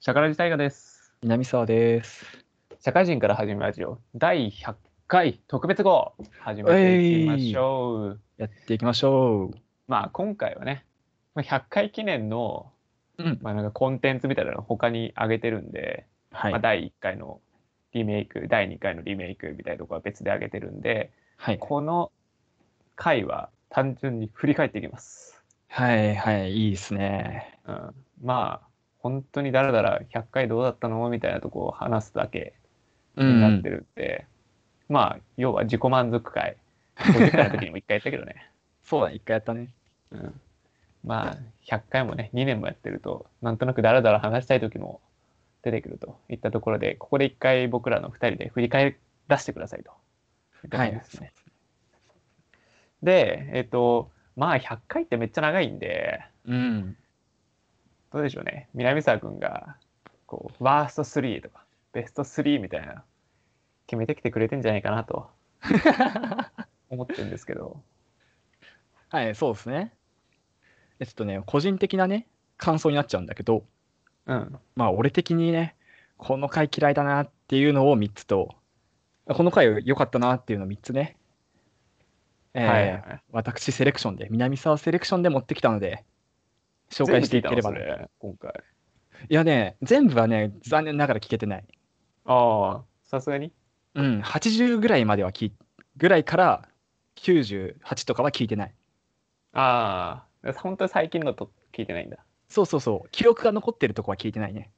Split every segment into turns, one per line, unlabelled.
社会人大河です。
南沢です。
社会人から始めるラジオ第100回特別号始めていきましょう。
やっていきましょ
まあ今回はね、まあ100回記念の、
う。うん。
まあ、なんかコンテンツみたいなのを他に上げてるんで、
はい
まあ、。第1回のリメイク、第2回のリメイクみたいなところは別で上げてるんで、
はい。
この回は単純に振り返っていきます。
はい。はい。いいですね。
うん、まあ本当にだらだら100回どうだったのみたいなところを話すだけ
う
になってるんで、まあ要は自己満足会50回の時にも1回やったけどね、
そうだ、一回やったね。
うん、まあ100回もね2年もやってるとなんとなくだらだら話したい時も出てくるといったところでここで1回僕らの2人で振り返らせてくださいといった
は
感じ
い
で。すね、でえっ、とまあ100回ってめっちゃ長いんで
うん。
どうでしょうね南沢君がこうワースト3とかベスト3みたいな決めてきてくれてんじゃないかな と思ってるんですけど
はい、そうですね。えちょっとね、個人的なね、感想になっちゃうんだけど、
うん
まあ、俺的にね、この回嫌いだなっていうのを3つと、この回良かったなっていうのを3つね、えー
はいはいはい
私セレクションで、南沢セレクションで持ってきたので、紹介していければ
全
と
部聞いたのそれ今回
いやね、全部はね、残念ながら聞けてない。
ああさすがに
うん、80ぐらいまでは聞いぐらいから98とかは聞いてない。
ああ本当に最近のと聞いてないんだ
そうそうそう、記憶が残ってるとこは聞いてないね。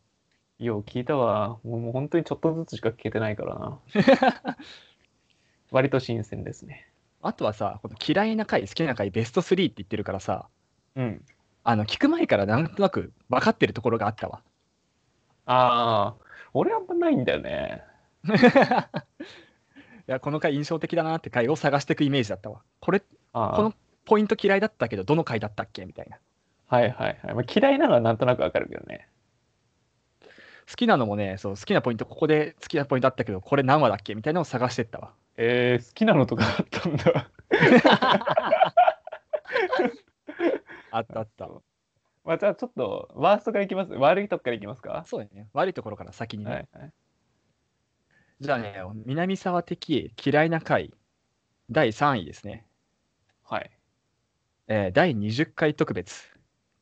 よう聞いたわもうもう本当にちょっとずつしか聞けてないから な割と新鮮ですね
あとはさ、この嫌いな回、好きな回、ベスト3って言ってるからさ、
うん
あの聞く前からなんとなく分かってるところがあったわ。
ああ俺あんまないんだよね
いや、この回印象的だなって回を探していくイメージだったわ。これ、
ああ
このポイント嫌いだったけど、どの回だったっけみたいな。
はいはいはい、まあ、嫌いなのはなんとなくわかるけどね
好きなのもね、そう好きなポイント、ここで好きなポイントだったけど、これ何話だっけみたいなのを探してったわ。
えー、好きなのとかあったんだ
あったあった。
まあじゃあちょっとワーストからいきます悪いとこからいきますか
そうだよね。悪いところから先にね。
はいはい
じゃあね、南沢的嫌いな回、第3位ですね。
はい
えー第20回特別、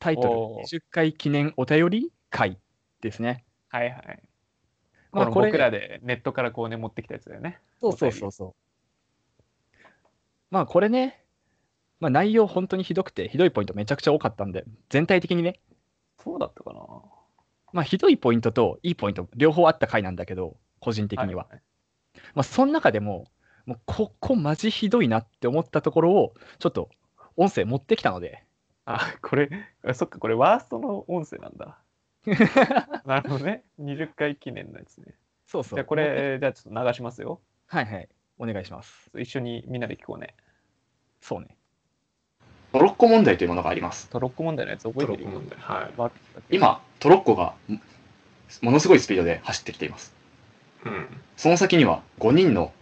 タイト
おー
ル、20回記念お便り会ですね。
はいはい
ま
こ
あ
の
これ
僕らでネットからこうね持ってきたやつだよね
そうそうそうそう。まあこれね、まあ、内容本当にひどくて、ひどいポイントめちゃくちゃ多かったんで、全体的にね、
そうだったかな
まあ、ひどいポイントといいポイント、両方あった回なんだけど、個人的には。まあ、その中でも、もうここマジひどいなって思ったところを、ちょっと音声持ってきたので、
あこれあそっかこれワーストの音声なんだなるほどね20回記念のやつね
そう
じ
そう。
ゃあこれじゃあちょっと流しますよ
はいはい。お願いします。
一緒にみんなで聞こうね
そうね。
トロッコ問題というものがあります。
トロッコ問題のやつ覚えてる
トロッコ問題はい
わかったっけ
今、トロッコがもものすごいスピードで走ってきています。
うん
その先には5人の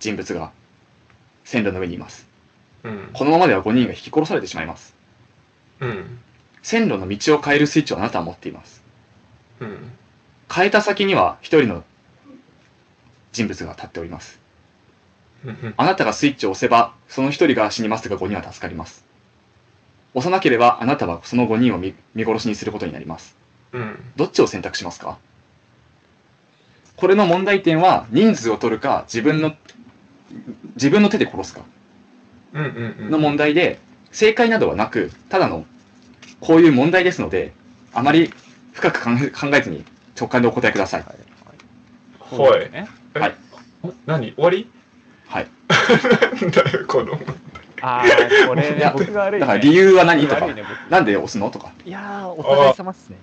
人物が線路の上にいます。
うん
このままでは5人が引き殺されてしまいます。
うん
線路の道を変えるスイッチをあなたは持っています。
うん
変えた先には1人の人物が立っております。あなたがスイッチを押せば、その1人が死にますが5人は助かります。押さなければ、あなたはその5人を見見殺しにすることになります。
うん
どっちを選択しますかこれの問題点は人数を取るか自分の自分の手で殺すか
うんうん
の問題で正解などはなくただのこういう問題ですのであまり深く考え考えずに直感でお答えください
はい
は
そう
い。
ね
何終わり
はい
なんだよ、この。
ああ、これ
い
ね
や、
僕が悪い、ね。
だから理由は何とか
悪いね僕
なんで押すのとか
いやー、お互い様っすね。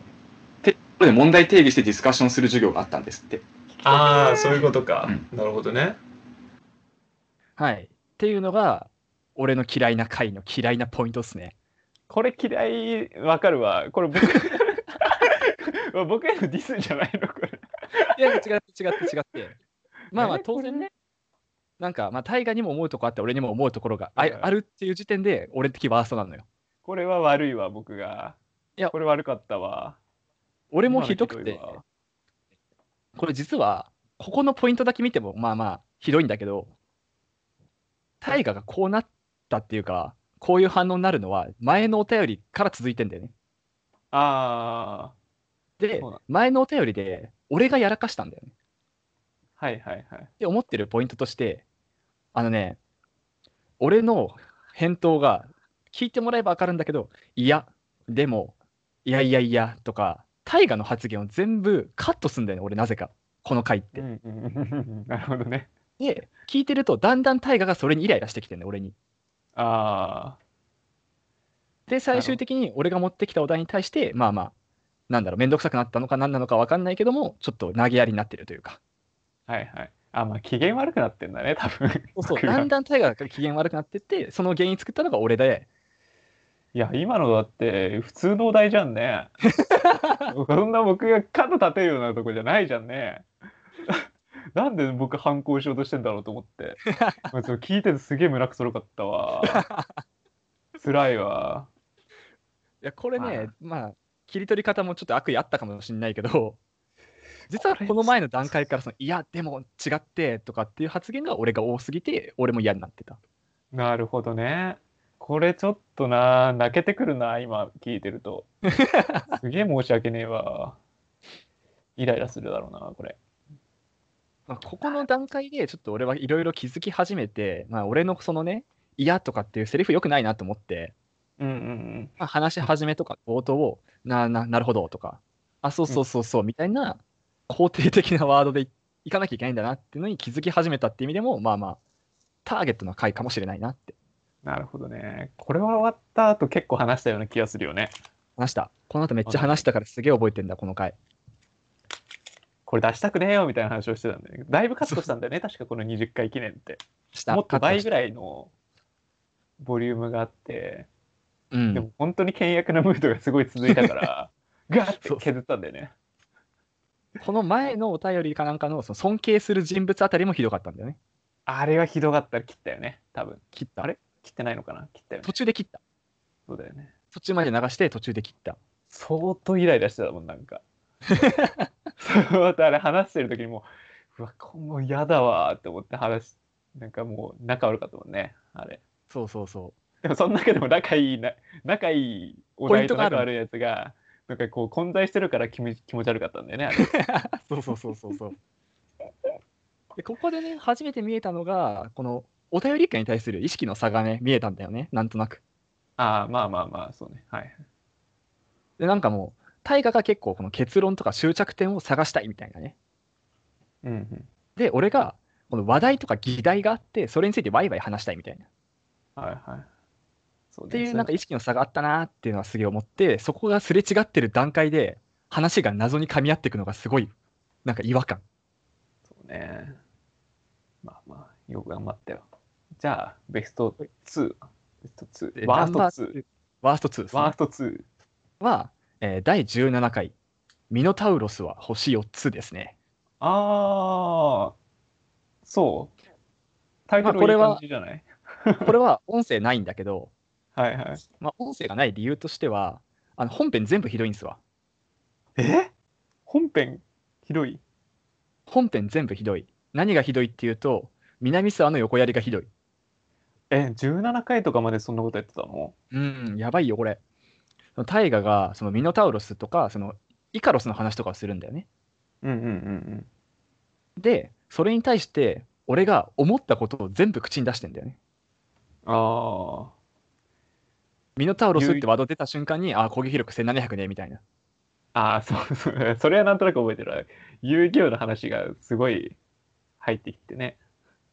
これで問題定義してディスカッションする授業があったんですって
ああ、そういうことか。
う
なるほどね。
はい。っていうのが、俺の嫌いな回の嫌いなポイントっすね。
これ嫌い、わかるわ。これ僕。 僕へのディスじゃないのこれ。
いや、違って違って違って。まあまあ、
ね
当然ね。なんか、まあ、大河にも思うとこあって、俺にも思うところがあ
はいはい
あるっていう時点で、俺的ワーストなのよ。
これは悪いわ、僕が。
いや
これ悪かったわ。
俺もひどくて
今のひどいわ
これ実はここのポイントだけ見てもまあまあひどいんだけど大河がこうなったっていうかこういう反応になるのは前のお便りから続いてんだよね
あ
で
そうだ
前のお便りで俺がやらかしたんだよね
あ、はいはいはい。
って思ってるポイントとしてあのね俺の返答が聞いてもらえば分かるんだけど「いやでもいやいやいや」とか大河の発言を全部カットすんだよね俺なぜかこの回って
う。んうん、なるほどね。
で聞いてるとだんだん大河がそれにイライラしてきてんね俺に。
あ
で最終的に俺が持ってきたお題に対してまあまあなんだろう面倒くさくなったのか何なのか分かんないけどもちょっと投げやりになってるというか
あ、はいはい。あ、まあ、機嫌悪くなってんだね、多分。
そうそう
僕
だ
が
んだん大河が機嫌悪くなってってその原因作ったのが俺で
いや、今のだって、普通のお題じゃんね。そんな僕が肩立てるようなとこじゃないじゃんね。なんで僕反抗しようとしてんだろうと思って。まあそれ聞いててすげえ胸くそろかったわ。辛いわ。
いやこれね
あ
まあ切り取り方もちょっと悪意あったかもしれないけ ど実はこの前の段階からその「いやでも違って」とかっていう発言が俺が多すぎて俺も嫌になってた。
なるほどね。これちょっとな、泣けてくるな、今聞いてると。すげえ申し訳ねえわ。イライラするだろうな、これ。
まあ、ここの段階でちょっと俺はいろいろ気づき始めて、まあ、俺のそのね「嫌」とかっていうセリフよくないなと思って、
うんうんうん。
まあ、話し始めとか冒頭を「なななるほど」とか「あそうそうそうそう」みたいな肯定的なワードでいいかなきゃいけないんだなっていうのに気づき始めたっていう意味でもまあまあターゲットの回かもしれないなって
なるほどね。これは終わった後結構話したような気がするよね。
話したこの後めっちゃ話したからすげえ覚えてんだこの回
これ出したくねえよみたいな話をしてたんだよね。だいぶカットしたんだよね、確かこの20回記念って。
した
もっと倍ぐ
らい、
らいのボリュームがあって、
うん、
でも本当に倹約なムードがすごい続いたから、 ガーって削ったんだよね。
この前のお便りかなんかのその尊敬する人物あたりもひどかったんだよね
あれはひどかったら切ったよね、多分。
切った
あれ切ってないのかな切ったよね
途。中で切った
そうだよね。
途中まで流して途中で切った
相当イライラしてたもん、なんか。そうまたあれ話してる時にもう、うわ、こもう嫌だわーって思って話し、なんかもう仲悪かったもんね、あれ。
そうそうそ
でもその中でも仲いいな仲いいお題と仲悪いやつがなんかこう混在してるから気持ち気持ち悪かったんだよねあ れ
うそうそうそうそうそうでここでね初めて見えたのがこのお便り会に対する意識の差がね見えたんだよねなんとなく
ああまあまあまあそうねはい
でなんかもう大河が結構この結論とか終着点を探したいみたいなね
うんうん
で俺がこの話題とか議題があってそれについてワイワイ話したいみたいな
はいはいそう
っ
ね
ていうなんか
そ
意識の差があったなーっていうのはすげえ思ってそこがすれ違ってる段階で話が謎に噛み合っていくのがすごいなんか違和感
うねまあまあよく頑張ったよじゃあベスト2ベスト2ワースト2
2ワースト2ですね
ワースト2
は、えー第17回「ミノタウロスは星4つ」ですね
ああそうタイトル
まあこれ
いい
は
感じじゃない、
これは音声ないんだけど、
はいはい
まあ、音声がない理由としてはあの本編全部ひどいんですわ
え本編広い
本編全部ひどい何がひどいっていうと南沢の横やりがひどい
え、17回とかまでそんなことやってたの
うん、やばいよ、これ。大河が、そのミノタウロスとか、そのイカロスの話とかをするんだよね。
うんうんうんうん。
で、それに対して、俺が思ったことを全部口に出してんだよね。
あ
ミノタウロスってワード出た瞬間に、あー、攻撃力1700ね、みたいな。
あ。ああ、そう そう。それはなんとなく覚えてる。遊戯王の話がすごい入ってきてね。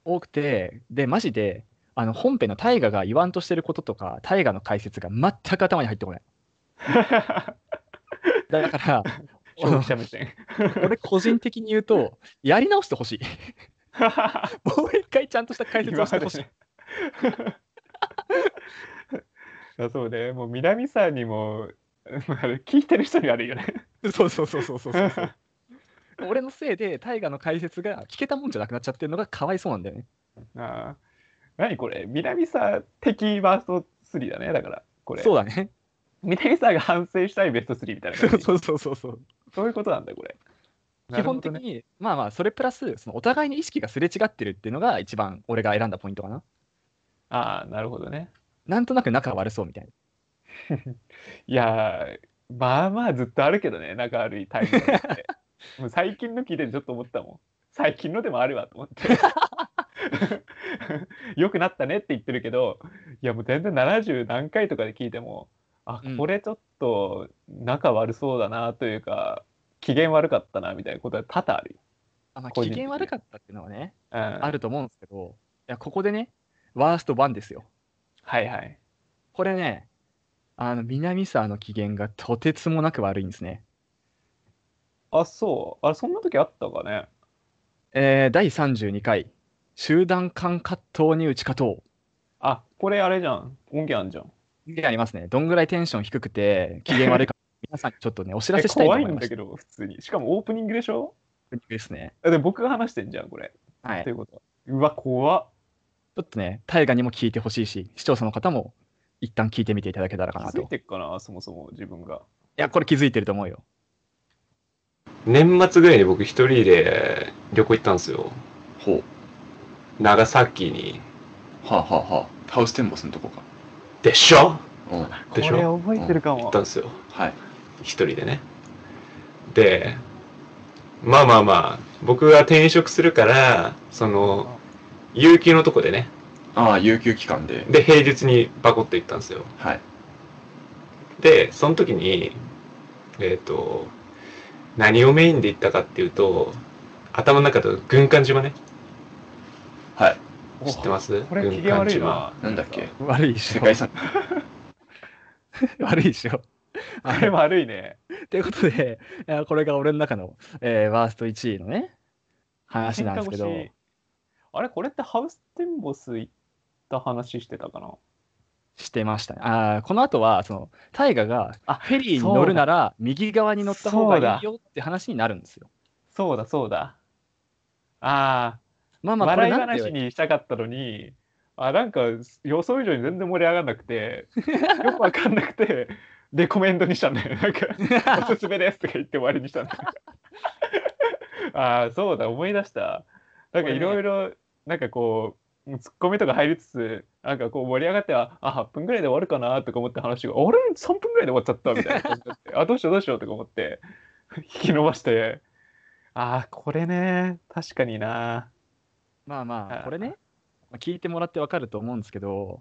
多くて、で、マジで、あの本編の大河が言わんとしてることとか、大河の解説が全く頭に入ってこない。だから、
消費者目線。
俺個人的に言うと、やり直してほしい。もう一回ちゃんとした解説をしてほしい。
今までね あそうね。もう南さんにも、 あれ聞いてる人に悪いよね。
そうそうそうそうそうそ うそう俺のせいで大河の解説が聞けたもんじゃなくなっちゃってるのがかわいそうなんだよね
ああ。何これ南さん的ワースト3だね。だから、これ。
そうだね
南さんが反省したいベスト3みたいな
そ
感
う
じ。
そうそうそう
そういうことなんだ、これ。
基本的
なるほどね
に、まあまあ、それプラス、そのお互いに意識がすれ違ってるっていうのが、一番俺が選んだポイントかな。
ああ、なるほどね。
なんとなく仲悪そうみたいな。
いやー、まあまあずっとあるけどね、仲悪いタイミング って。もう最近の聞いててちょっと思ったもん。最近のでもあるわと思って。 良くなったねって言ってるけど、いやもう全然70何回とかで聞いても、あ
うん、
これちょっと仲悪そうだなというか、機嫌悪かったなみたいなことは多々あるよ。
あまあ、
個
機
人的に
嫌悪かったっていうのはね、
うん、
あると思うんですけど、いや、ここでね、ワースト1ですよ。
はいはい。
これね、あの、南沢の機嫌がとてつもなく悪いんですね。
あ、そう。あれ、そんな時あったかね。
えー、第32回、集団間葛藤に打ち勝とう。
あ、これあれじゃん。音源あんじゃん。
でありますね。どんぐらいテンション低くて、機嫌悪い か、皆さんにちょっとね、お知ら
え
せしたいと
怖い
思い
ん
ま
だ
す。
けど、普通に。しかもオープニングでしょ
ですね。
あで僕が話してんじゃん、これ。
はい。
とい
ち
うことは。うわ、怖っ。
ょっとね、大河にも聞いてほしいし、視聴者の方も一旦聞いてみていただけたら
気
かな
づ
と。
い
い
てっかな、そもそも自分が。
や、これ気づいてると思うよ。
年末ぐらいに僕一人で旅行行ったんですよ。
ほう。
長崎に。
はあ、はあはあ、ハウステンボスのとこか。
でしょ
うん。は
こ
でし
れ
ょ
覚えてるか
行
も
った。んですよ。
い。
一人でね。で、まあまあまあ、僕が転職するから、その、有給のとこでね。
ああ、有給期間で。
で、平日にバコッと行ったんですよ。
はい。
で、その時に、えっ、と、何をメインで行ったかっていうと、頭の中で軍艦島ね。
はい。
知ってます
これ機嫌悪い
軍艦
な。
なんだっけ
悪いでし
世
ょ。
界遺産。
悪いでしょ。
これ悪いね。
ということで、いやこれが俺の中の、えーワースト1位のね、話なんですけど
喧嘩、腰あれ、これってハウステンボス行った話してたかな。
してましたね。ああ、この後は、その、大河が、あ、フェリーに
そうだ
乗るなら、右側に乗った方
そう
が
だ
いいよって話になるんですよ。
そうだ、そうだ。あ
まあ
あ、
まあ、こ
笑
れ
い
なんて
話にしたかったのに、あなんか予想以上に全然盛り上がんなく て、よくわかんなくて、レコメンドにしたんだよ。なんか、 おすすめですとか言って終わりにしたんだよ。ああ、そうだ、思い出した。なんかいろいろ、なんかこう、ツッコミとか入りつつ、なんかこう盛り上がっては、あ、8分ぐらいで終わるかなとか思って話が、あれ ?3 分ぐらいで終わっちゃったみたいな感じにな って、あ、どうしようどうしようとか思って、引き伸ばして、ああ、これね、確かにな。
まあま
あ
あ、これね、まあ聞いてもらってわかると思うんですけど、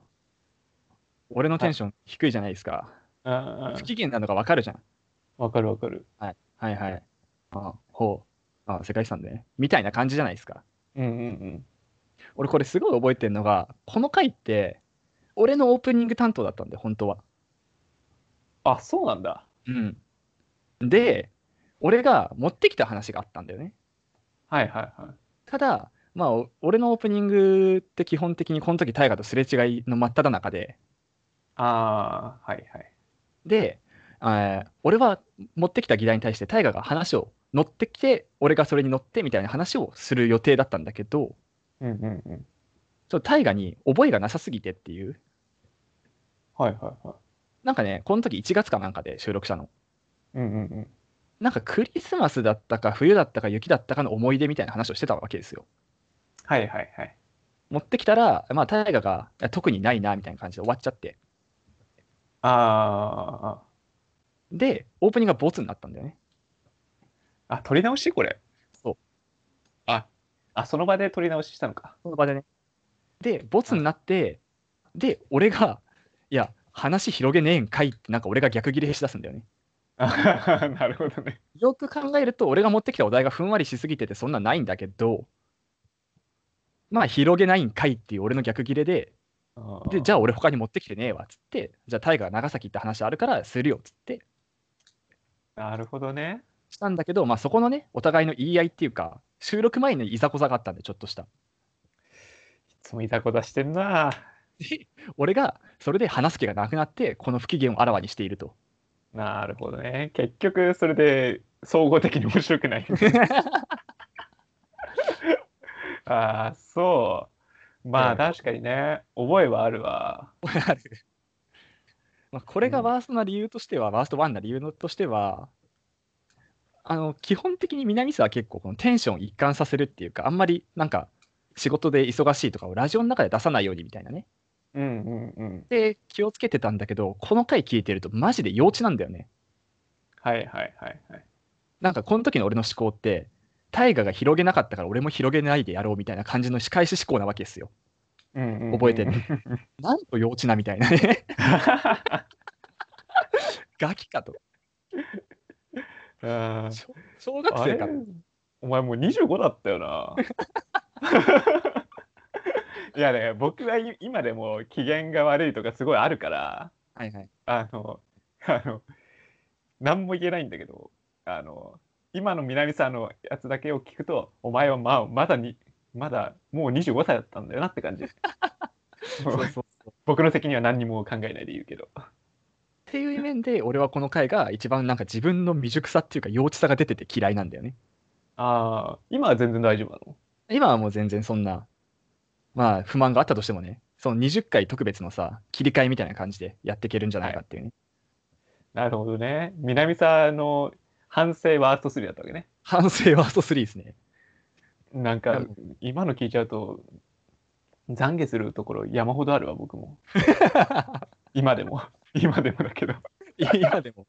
俺のテンション低いじゃないですか。
うんうん
不機嫌なのがわかるじゃん。
わかるわかる。
はい。はいはい。あほう。あ世界遺産でね。みたいな感じじゃないですか。
うんうんうん。
俺これすごい覚えてるのが、この回って、俺のオープニング担当だったんで、本当は。
あ、そうなんだ。
うん。で、俺が持ってきた話があったんだよね。
はいはいはい。
ただ、まあ、お俺のオープニングって基本的にこの時大河とすれ違いの真っ只中で、
ああ、はいはい。
で、えー俺は持ってきた議題に対して大河が話を乗ってきて、俺がそれに乗ってみたいな話をする予定だったんだけど、
うんうんうん。
ちょっと大河に覚えがなさすぎてっていう、
はいはいはい。
なんかね、この時1月かなんかで収録したの。
うんうんうん。
なんかクリスマスだったか冬だったか雪だったかの思い出みたいな話をしてたわけですよ。
はいはいはい。
持ってきたら、まあ、大河がいや特にないなみたいな感じで終わっちゃって、
あ
で、オープニングがボツになったんだよね。
あ、あ、取り直しこれ。
そう。
あ、あ、その場で取り直ししたのか。
その場でね。で、ボツになって、で、俺が、いや、話広げねえんかいって、なんか俺が逆ギレしだすんだよね。
あ なるほどね。
よく考えると、俺が持ってきたお題がふんわりしすぎてて、そんなんないんだけど、まあ、広げないんかいっていう俺の逆ギレで、で、じ
ゃ
ゃあ俺他に持ってきてねえわ、つって、じゃあタイガー長崎って話あるからするよ、つって、
なるほどね。
したんだけど、まあそこのね、お互いの言い合いっていうか、収録前にいざこざがあったんで、ちょっとした。
いつもいたこだしてんな。
俺が、それで話す気がなくなって、この不機嫌をあらわにしていると。
なるほどね。結局、それで、総合的に面白く ない。ああ、そう。まあ、
うん
確かにね。覚えはあるわ。
あるまあこれがワーストな理由としては、ワースト1な理由のとしては、あの基本的に南沢は結構このテンションを一貫させるっていうかあんまりなんか仕事で忙しいとかをラジオの中で出さないようにみたいなね
うんうんうん。
で気をつけてたんだけどこの回聞いてるとマジで幼稚なんだよね
はいはいはいはい。
なんかこの時の俺の思考って大河が広げなかったから俺も広げないでやろうみたいな感じの仕返し思考なわけですよ
うんうんうん
覚えてる。なんと幼稚なみたいなね ガキかと
あー
小小学
あ
生
れ
か
お前もう25だったよな。 いやね、僕は今でも機嫌が悪いとかすごいあるから、
はいはい
あの、 あの、何も言えないんだけど、あの、今の南さんのやつだけを聞くと、お前はまあまだに、まだもう25歳だったんだよなって感じ。
そうそうそう
僕の責任は何にも考えないで言うけど。
っていう面で俺はこの回が一番なんか自分の未熟さっていうか幼稚さが出てて嫌いなんだよね
ああ、今は全然大丈夫なの
今はもう全然そんなまあ不満があったとしてもねその20回特別のさ切り替えみたいな感じでやっていけるんじゃないかっていうね、
なるほどね。南さんの反省ワースト3だったわけね。
反省ワースト3ですね
なん
な
か
るほ、
今の聞いちゃうと、懺悔するところ山ほどあるわ、僕 も。今でも。今でもだけど。
今でも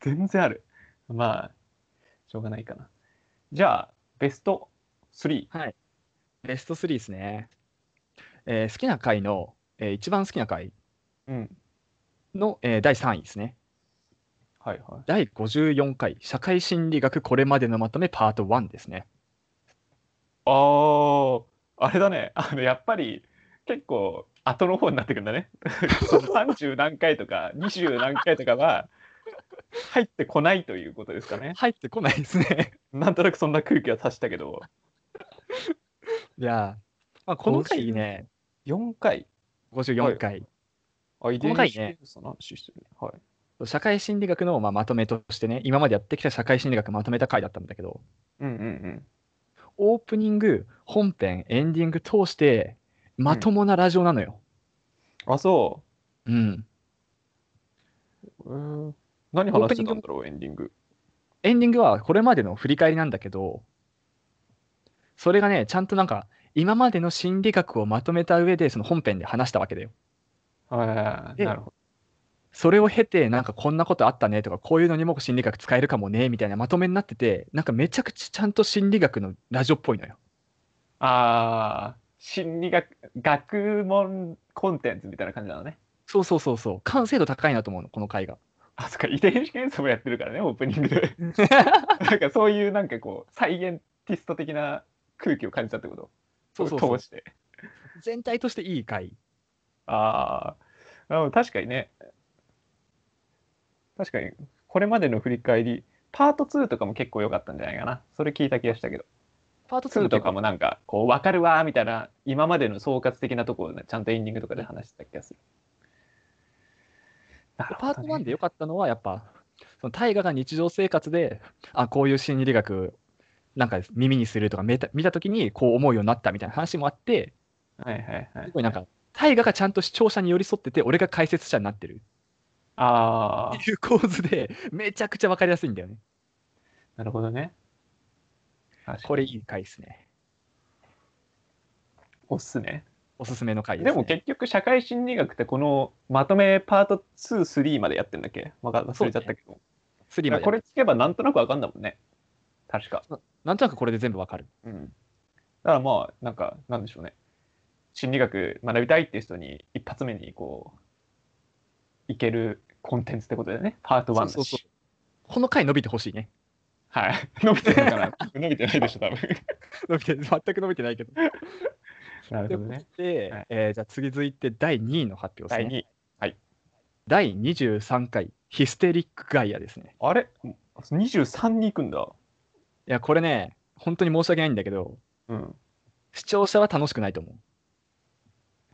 全然ある。まあ、しょうがないかな。じゃあ、ベスト3。
ベスト3ですね、えー好きな回の、えー一番好きな回
うん。
の、えー第3位ですね
はいはい。
第54回社会心理学これまでのまとめパート1ですね
あー、あれだね。あの、やっぱり、結構、後の方になってくるんだね。 その30何回とか、20何回とかは、入ってこないということですかね。
入ってこないですね
なんとなくそんな空気は察したけど、
いやー、まあ、この回ね
4回。
54回、
あ、遺
の
伝
回ね
子検査の話してるね。はい。
社会心理学の、まあ、まとめとしてね今までやってきた社会心理学まとめた回だったんだけど
うんうん
オープニング本編エンディング通してまともなラジオなのよ、
うん。あ、そ
うん、
う。うーん。何話してたんだろう、エンディング。
エンディングはこれまでの振り返りなんだけど、それがね、ちゃんとなんか、今までの心理学をまとめた上で、その本編で話したわけだよ。
はい。
で
なるほ
それを経て、なんかこんなことあったねとか、こういうのにも心理学使えるかもね、みたいなまとめになってて、なんかめちゃくちゃちゃんと心理学のラジオっぽいのよ。
ど。ああ、心理学、学問コンテンツみたいな感じなのね。
そうそうそうそう。完成度高いなと思うの、この回が。
あ、そっか、遺伝子検査もやってるからね、オープニング で。なんかそういう、なんかこう、サイエンティスト的な空気を感じたってこと
そうそうそう
通。して。
全体としていい回。
ああ、うん確かにね。確かに、これまでの振り返り、パート2とかも結構良かったんじゃないかな。それ聞いた気がしたけど。
パート2
2
の
とかもなんか、こう、わかるわーみたいな、今までの総括的なところをね、ちゃんとエンディングとかで話してた気がする。なる
パ
ほ
ー
ど
ト
ね
1で良かったのはやっぱその大河が日常生活であこういう心理学なんか耳にするとか見た見た時にこう思うようになったみたいな話もあって
はいはいはい
す。ごいなんか大河がちゃんと視聴者に寄り添ってて俺が解説者になってる
ああ
っ、ていう構図でめちゃくちゃ分かりやすいんだよね
なるほどね。確かに
これいい回ですね
おすすめ。
おすすめの回です、ね、
でも結局、社会心理学ってこのまとめパート2、3までやってんだっけわか忘れちゃったけど。
3まで
これ聞けばなんとなくわかんだもんね。確か。
なんとなくこれで全部分かる
うん。だからまあ、なんか、なんでしょうね。心理学学びたいっていう人に一発目にこう、いけるコンテンツってことだよね。パート1だし。
そうそうそうこの回伸びてほしいね
はい。伸びてるのかな伸びてないでしょ、多分。
伸びて全く伸びてないけど
なるほどね。
で、
はい
えーじゃあ次続いて第2位の発表ですね
第2位。
第23回ヒステリックガイアですね。
あれ ?23 に行くんだ。
いや、これね、本当に申し訳ないんだけど、
うん。
視聴者は楽しくないと思う。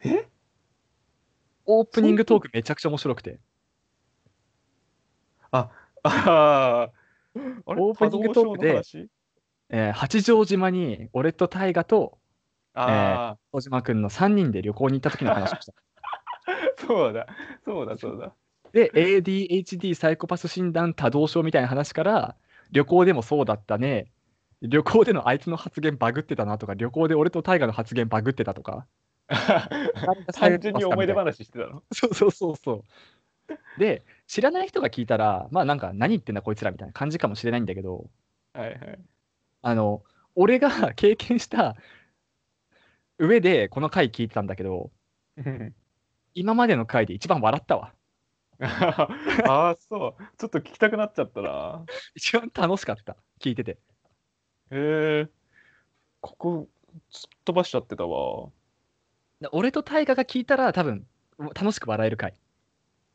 え
オープニングトークめちゃくちゃ面白くて、
あーあれ。
オープニングトーク
波動症の
で
話
えー八丈島に俺と大河と
あ
小島くんの3人で旅行に行った時の話をした。
あ、そうだ。そうだ、そうだ。
で、ADHD サイコパス診断多動症みたいな話から、旅行でもそうだったね。旅行でのあいつの発言バグってたなとか、旅行で俺と大我の発言バグってたとか。
単純に思い出話してたの。
そうそうそうそう。で、知らない人が聞いたら、まあなんか何言ってんだこいつらみたいな感じかもしれないんだけど、
はいは い。
あの、俺が 経験した上でこの回聞いてたんだけど、
うん
今までの回で一番笑ったわ。
ああ、そう。ちょっと聞きたくなっちゃったな。
一番楽しかった。聞いてて。
へえ。ここ、すっ飛ばしちゃってたわ。
で俺と大我が聞いたら多分楽しく笑える回。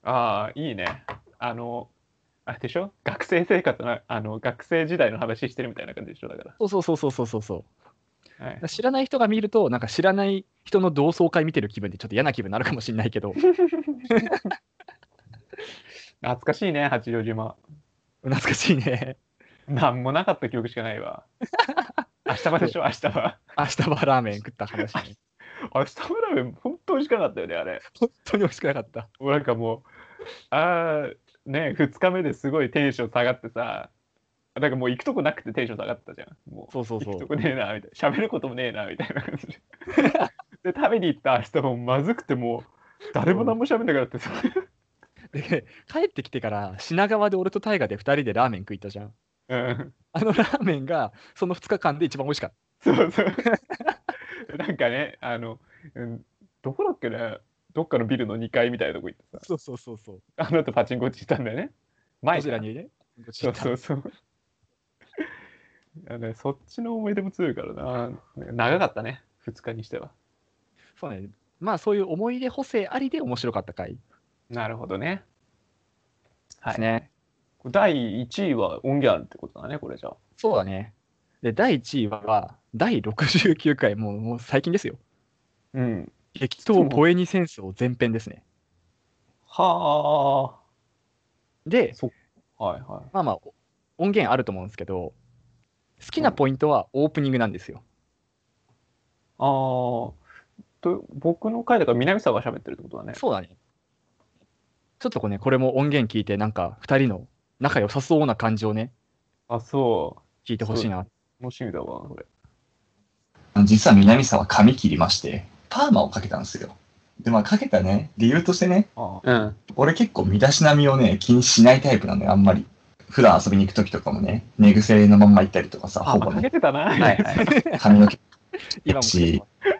ああ、いいね。あの、あれでしょ学生生活の、あの、学生時代の話してるみたいな感じでしょだか
そうそうそうそうそうそうそう。
ら。はい
だから知らない人が見ると、なんか知らない人の同窓会見てる気分でちょっと嫌な気分になるかもしれない けど、
懐かしいね、八丈島。
懐かしいね。
なんもなかった記憶しかないわ。明日場でしょ、明日は。
明日はラーメン食った話、ね。
明日場ラーメン、本当美味しくなかったよね、あれ。
本当に美味しくなかった。
もうなんかもう、ああ、ね、2日目ですごいテンション下がってさ、なんかもう行くとこなくてテンション下がったじゃん。もう、
そうそうそ
行くと
う。
こねえな、みたいな。喋ることもねえな、みたいな感じで。で、食べに行った明日もまずくてもう、誰も何も喋んなくなってさ。
で、帰ってきてから品川で俺と大河で2人でラーメン食いたじゃん。
うん
あのラーメンがその2日間で一番美味しかった。
そうそう。なんかね、あの、うんどこだっけね、どっかのビルの2階みたいなとこ行ってさ、
そうそうそうそう。
あの後パチンコ打ち行ったんだよね。
ど
前
ち
から
らにね。
そうそうそう。あね、そっちの思い出も強いからな。長かったね、2日にしては。
そうね。まあそういう思い出補正ありで面白かった回で
なるほどね。はい
す。ね。
第1位は音源あるってことだね、これじゃあ。
そうだね。で、第1位は、第69回、もうもう最近ですよ。
うん。
激闘ポエニ戦争前編ですね。
は
で、
あ。はいは
まあまあ、お音源あると思うんですけど、好きなポイントはオープニングなんですよ。
い。ああ。と僕の回だから南沢が喋ってるってことだね。
そうだね。ちょっとこうね、これも音源聞いて、なんか2人の仲良さそうな感じをね、
あ、そ
聞いてほしいな。
う。楽しみだわ、これ。
実は南さんは髪切りまして、パーマをかけたんですよ。で、まあかけたね、理由としてね、
ああ。
うん。
俺結構身だしなみをね、気にしないタイプなんだよ、あんまり。普段遊びに行く時とかもね、寝癖のまんま行ったりとかさ、
パー
ほ
マ
ぼ
か
ね、
けてたな。は
はいはい、髪の毛っ
今も聞いてます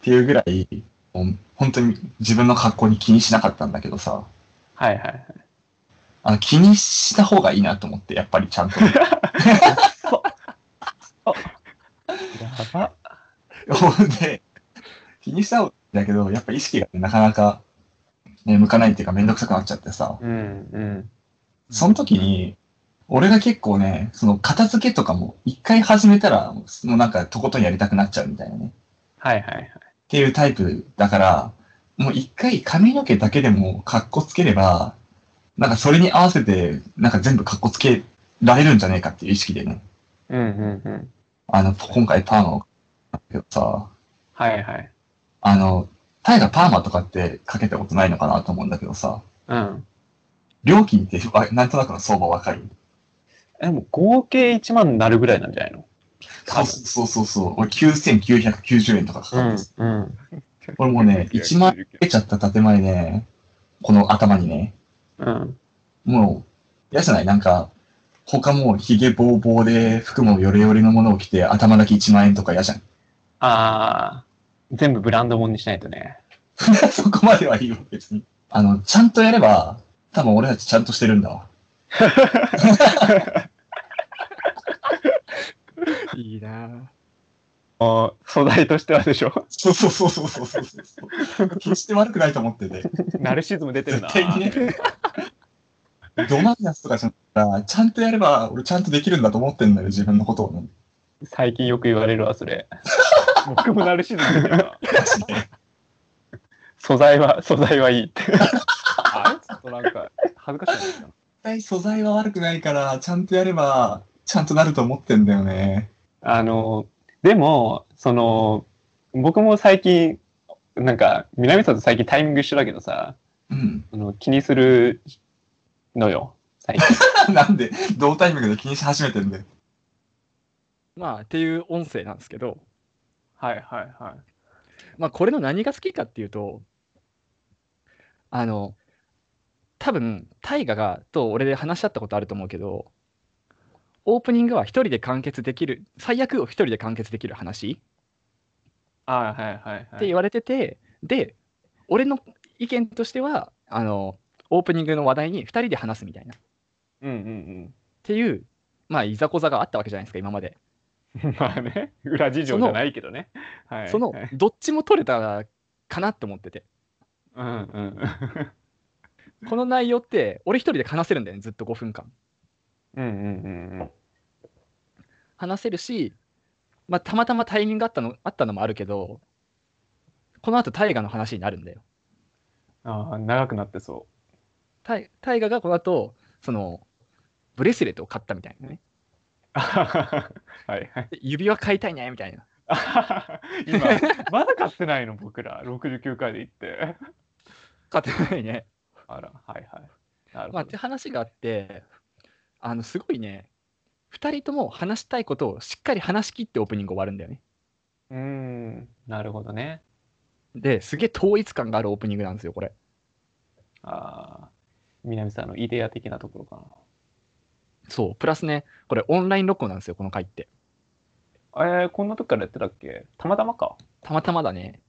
ていうぐらい、もう本当に自分の格好に気にしなかったんだけどさ、
はいはい。
あの気にした方がいいなと思って、やっぱりちゃんと。
やば。
で、気にした方がいいんだけど、やっぱ意識がねなかなか、ね、向かないっていうかめんどくさくなっちゃってさ、
うん。うん。
その時に、俺が結構ね、その片付けとかも一回始めたら、もうなんかとことんやりたくなっちゃうみたいなね。
はいはいはい。
っていうタイプだから、もう一回髪の毛だけでもカッコつければ、なんかそれに合わせて、なんか全部カッコつけられるんじゃねえかっていう意識でね。
うん。うん。
あの、今回パーマをかけたけどさ、
はいはい。
あの、タイがパーマとかってかけたことないのかなと思うんだけどさ、
うん。
料金ってわなんとなくの相場わかる
え、でも合計1万になるぐらいなんじゃないの
そうそうそうそう、俺9990円とかかかるんです
ん。うん。
これもうね、1万かけちゃった建前ね、この頭にね、
うん。
もう、やじゃない、なんか、他もうヒゲぼうぼうで、服もヨレヨレのものを着て、頭だけ1万円とか嫌じゃん。
ああ。全部ブランドもんにしないとね。
そこまではいいよ、別に。あの、ちゃんとやれば、多分俺たちちゃんとしてるんだわ。
いいな
ああ、素材としてはでしょ。
そうそうそうそうそうそうそう。決して悪くないと思ってて。
ナルシズム出てるな。
絶対にね。ど真ん中とかじゃなくて、ちゃんとやれば、俺ちゃんとできるんだと思ってんだよ、自分のことをね。
最近よく言われるわ、それ。僕もナルシズム出てるな。
マジで
素材は、素材はいいって。あれちょっとなんか、恥ずかしいな。
絶対素材は悪くないから、ちゃんとやれば、ちゃんとなると思ってんだよね。
あの、でも、その、僕も最近、なんか、南さんと最近タイミング一緒だけどさ、
うん。
あの気にするのよ。
はい。
なんで、同タイミングで気にし始めてるんで。
まあ、っていう音声なんですけど、
はいはいはい。
まあ、これの何が好きかっていうと、あの、多分、大河が、と俺で話し合ったことあると思うけど、オープニングは一人で完結できる、最悪を一人で完結できる話
あーはいはい
っ
は
て
い。
言われてて、で、俺の意見としては、あの、オープニングの話題に二人で話すみたいな、っ
うんうん
ていう、まあ、いざこざがあったわけじゃないですか、今まで。
うん。まあね、裏事情じゃないけどね。はい。
その
はい、
どっちも取れたかなって思ってて、
うんうん。
この内容って、俺一人で話せるんだよね、ずっと5分間。
うんうんうんうん。
話せるし、まあ、たまたまタイミングあったのあったのもあるけどこの後大河の話になるんだよ
ああ、長くなってそ
大大河がこの後そのブレスレットを買ったみたいなね
う。 はいはい。
で指輪買いたいねみたいな
あ今まだ買ってないの僕ら69回で行って
買ってないね、
あらはいはいなる
まあ、
ほ
って
ど、
話があってあのすごいね2人とも話したいことをしっかり話し切ってオープニング終わるんだよね
うーんなるほどね
ですげえ統一感があるオープニングなんですよこれ
ああ南さんのイデア的なところか
そうプラスねこれオンライン録音なんですよこの回って
なえー、こんなとこからやってたっけたまたまか
たまたまだね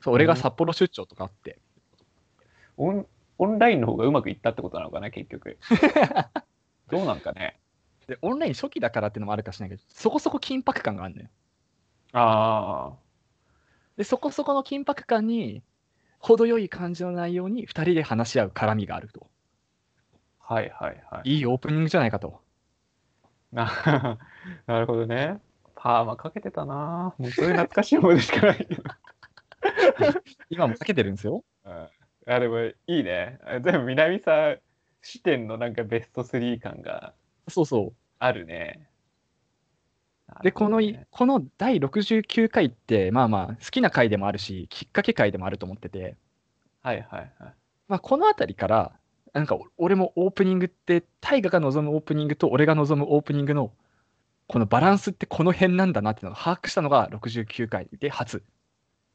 そう俺が札幌出張とかあって、
オンオンラインの方がうまくいったってことなのかな結 局どうなんかね
でオンライン初期だからってのもあるかしらないけどそこそこ緊迫感があるのよ
あ
でそこそこの緊迫感に程よい感じの内容に2人で話し合う絡みがあると
あはいはいはい
いいオープニングじゃないかと
な なるほどねパーマかけてたなもうそういう懐かしい思い出しかないけど
今も避けてるんですよ
うん あでもいいね。あ全部南さん視点のなんかベスト3感が
そうそ
あるね。
うでこのい
なる
この第69回ってまあまあ好きな回でもあるしきっかけ回でもあると思ってて、
ほどねはいはいはい。
まあ、この辺りからなんかお俺もオープニングって大我が望むオープニングと俺が望むオープニングのこのバランスってこの辺なんだなっていうのを把握したのが69回で初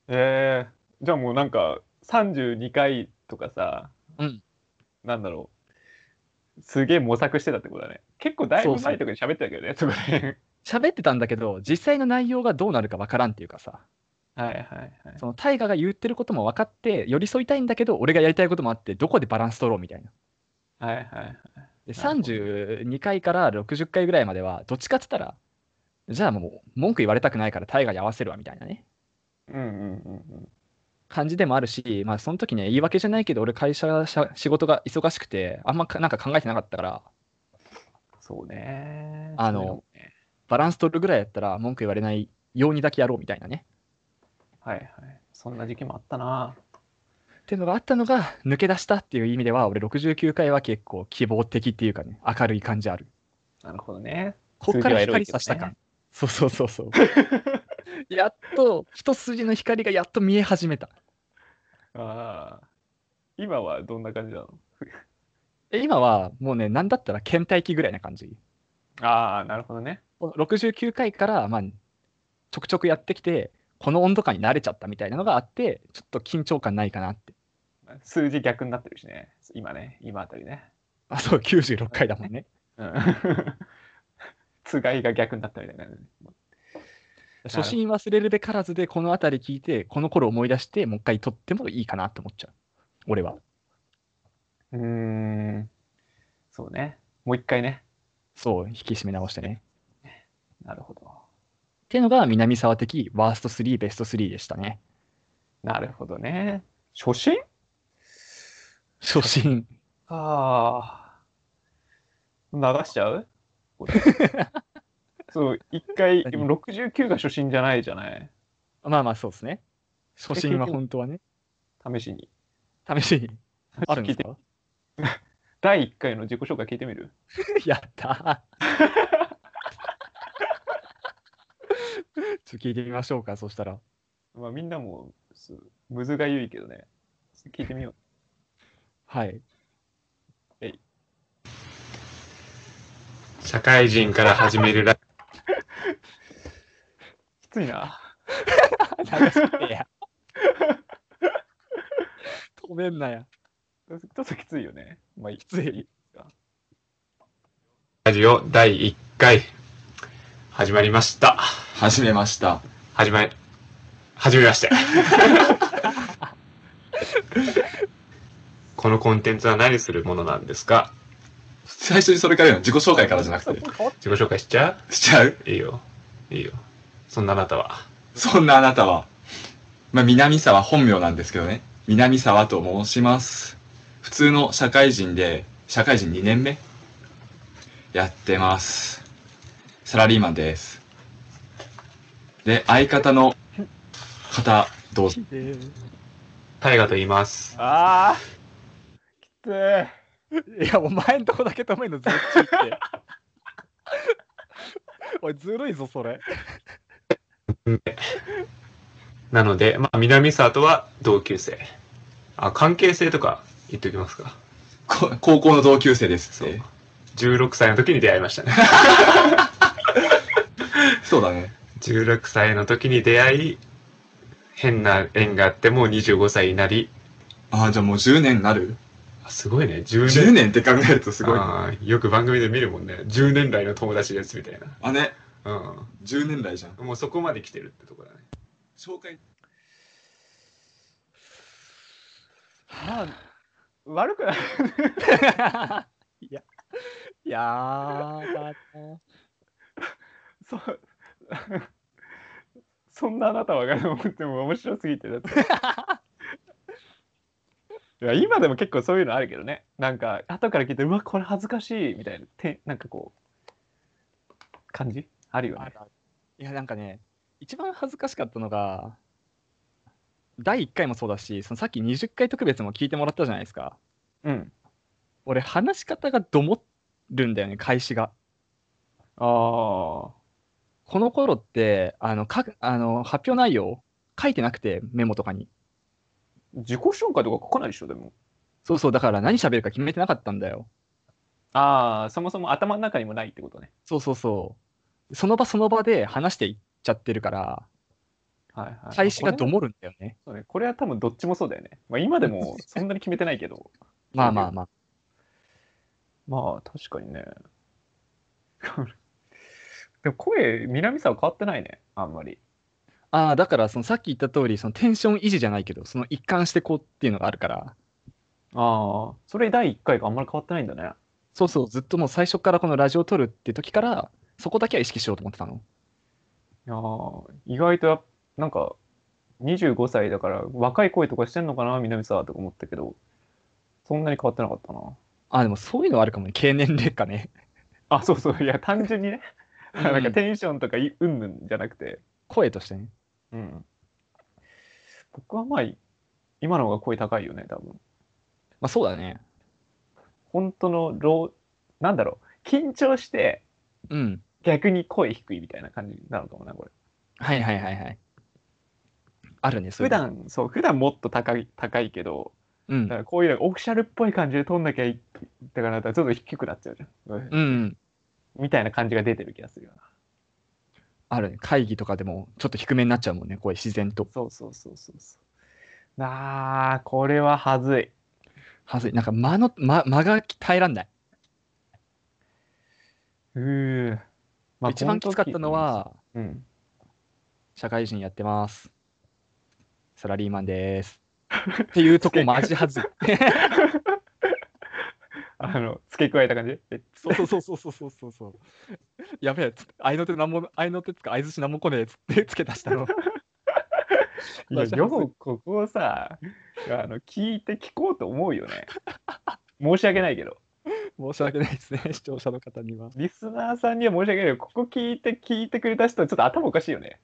えー、じゃあもうなんか32回とかさ、
うん
なんだろう。すげえ模索してたってことだね。結構だいぶ前とかに喋ってたけどね、 そこら辺。はい
喋ってたんだけど実際の内容がどうなるかわからんっていうかさ
はいはい。
その大我が言ってることも分かって寄り添いたいんだけど俺がやりたいこともあってどこでバランス取ろうみたいな
はいはいはい。
で
なるほど
32回から60回ぐらいまではどっちかっつったらじゃあもう文句言われたくないから大我に合わせるわみたいなね
うんうんうん
感じでもあるしまあその時ね言い訳じゃないけど俺会社がしゃ仕事が忙しくてあんまかなんか考えてなかったから
そうね。
あの
そういうもね
バランス取るぐらいやったら文句言われないようにだけやろうみたいなね
はいはい。そんな時期もあったな。
っていうのがあったのが抜け出したっていう意味では俺69回は結構希望的っていうかね明るい感じある
なるほどね。
こっか
数字
ら
はエロい
光
けど
さ
ね
した感、そうそうそうそう やっと一筋の光がやっと見え始めた
ああ。今はどんな感じなの
え今はもうね何だったら倦怠期ぐらいな感じ
ああ、なるほどね。
この69回からまあちょくちょくやってきてこの温度感に慣れちゃったみたいなのがあってちょっと緊張感ないかなって
数字逆になってるしね。今ね、今あたりね。
あそう96回だもんね
うん。 つがいが逆になったみたいな感じ。ほど
初心忘れるべからずでこの辺り聞いてこの頃思い出してもう一回撮ってもいいかなって思っちゃう俺は
うーん。そうね。もう一回ね。
そう引き締め直してね
なるほど。
っていうのが南沢的ワースト3ベスト3でしたね
なるほどね。初心
初 心
ああ。流しちゃうこ れそう、一回、でも69が初心じゃないじゃない。
まあまあそうですね初心は本当はね
試しに。
試しにあるん
聞
で
い
す
て
か
第1回の自己紹介聞いてみる
やった ーちょっと聞いてみましょうかそしたら
まあみんなもすむずがゆいけどね。聞いてみよ
はい
えい
社会人から始めるら、
きついな。
何それや。 止めんなや。
ちょっときついよね。まあ、き
きつい。
ラジオ第1回、始まりました。
始めました。
始まり、始めま して。このコンテンツは何するものなんですか
最初にそれからよ、自己紹介からじゃ なくて。
変わっ
自己紹介しちゃ
しちゃう
ういいよ。いいよ。そんなあなたは。
そんなあなたは。まあ、南沢本名なんですけどね。南沢と申します。普通の社会人で、社会人2年目やってます。サラリーマンです。で、相方の方、どうぞ。
大河と言います。
ああ。きつい。
いや、お前んとこだけ止めんのずっと言って。 おい、ずるいぞ、それ。
なので、まあ、南沢とは同級生。あ、関係性とか言っておきますか。
こ高校の同級生ですって。
16歳の時に出会いましたね。
そうだね。
16歳の時に出会い、変な縁があってもう25歳になり、
ああ、じゃあもう10年なる
あすごいね、10年。
?10 年って考えるとすごい。あ
あーよく番組で見るもんね10年来の友達ですみたい
ね、
な、
10年来じゃん。
うん、もうそこまで来てるってとこだね
紹介。
まあ、悪くない。
いや、やーだな。
そ そんなあなたはが思っても面白すぎてだって いや今でも結構そういうのあるけどねなんか後から聞いてうわこれ恥ずかしいみたいなてなんかこう感じあるよね
いや、なんかね、一番恥ずかしかったのが、第1回もそうだし、そのさっき20回特別も聞いてもらったじゃないですか。
うん
俺、話し方がどもるんだよね、開始が。
あ
この頃って、あの、かあの発表内容、書いてなくて、メモとかに。
あ自己紹介とか書かないでしょでも
そうそう、だから何喋るか決めてなかったんだよ。
ああそもそも頭の中にもないってことね
そうそうそう。その場その場で話していっちゃってるから、
はいはい
開始がど
こ
もるんだよね。
れそうねこれは多分どっちもそうだよね、まあ、今でもそんなに決めてないけど
まあまあまあ。
まあ確かにね。 でも声、南沢変わってないね、あんまり。
ああ、だからそのさっき言った通り、そのテンション維持じゃないけど、その一貫してこうっていうのがあるから、
ああ、それ第1回があんまり変わってないんだね。
そうそう、ずっともう最初からこのラジオ撮るって時から、そこだけは意識しようと思ってたの。
ああ、意外とやっなんか、25歳だから若い声とかしてんのかな、南沢とか思ったけど、そんなに変わってなかったな。
ああ、でもそういうのはあるかもね。経年劣化ね。
あ、そうそう、いや、単純にね、 なん
う
か
ん
テンションとかいうんぬんじゃなくて、
声としてね。
うん。僕はまあ、今の方が声高いよね、多分。
まあそうだね。
本当のロー、なんだろう、緊張して、
うん。
逆に声低いみたいな感じなのかもなこれ
はいはいはいはい。あるね、そうい
普
うの。
段そう普段もっと高い高いけど
うん
だからこういうなんかオフィシャルっぽい感じで撮んなきゃいいだからちょっと低くなっちゃうじゃん、
うん。
みたいな感じが出てる気がするよな
あるね。会議とかでも、ちょっと低めになっちゃうもんね、声自然と。
そうそうそうそうそうあーこれははずい
はずい。なんか間の、間間が耐えらんない。
うーまあ
一番きつかったの、は、
この時うん、
社会人やってます。サラリーマンです。っていうとこマジはずい。
あの付け加えた感じえ
そうそうそうそうそうそうそう。やべえ、つって合いの手なんも、合いの手つか、合図しなんも来ねえつってつけ出した
い
の。
や
私は
よくここをさあの聞いて聞こうと思うよね申し訳ないけど
申し訳ないですね、視聴者の方には。
リスナーさんには申し訳ないけど、ここ聞いて聞いてくれた人はちょっと頭おかしいよね。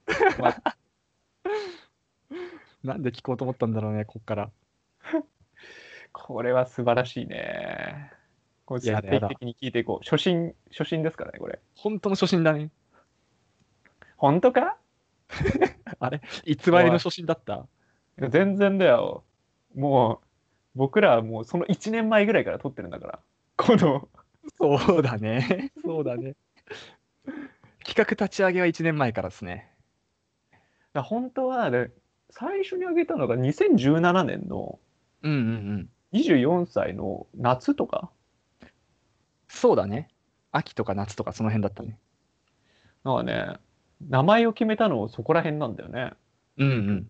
なんで聞こうと思ったんだろうね、こっから。
これは素晴らしいね。こう
いや
定
やだ
期的に聞いていこう。初心、初心ですからね、これ。
本当の初心だね。
本当か
偽りの初心だった。
いや全然だよ。もう、僕らはもうその1年前ぐらいから撮ってるんだから。この
そうだね。そうだね。企画立ち上げは1年前からですね。
ら本当はね最初にあげたのが2017年の
うんうんうん。
24歳の夏とか
そうだね。秋とか夏とかその辺だったね。
なんかね名前を決めたのそこら辺なんだよね
うんうん。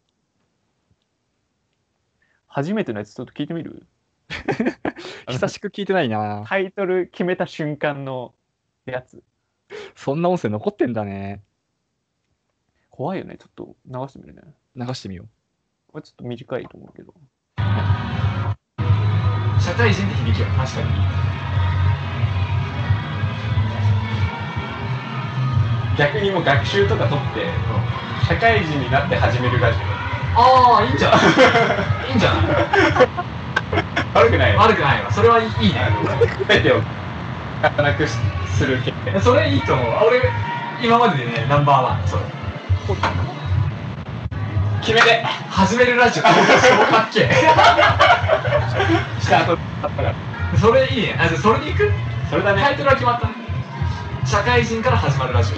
初めてのやつちょっと聞いてみるあの
久しく聞いてないな。
タイトル決めた瞬間のやつ
そんな音声残ってんだね。
怖いよねちょっと流してみるね
流してみよう。
これちょっと短いと思うけど
社会人で響きは確かに
逆にもう学習とか取って、社会人になって始めるラジ
ああいいんじゃない いいんじゃない
オ悪くないよ
悪くないわそれはいいいいね
全てをなくする経験
それいいと思う俺今まででねナンバーワンそれ
決めて
始めるラ ジオ超かっけえ
スタートだったから
それいいねあじゃあそれでいく
それだ
タイ
ね
トルは決まったね社会人から始まるラジオ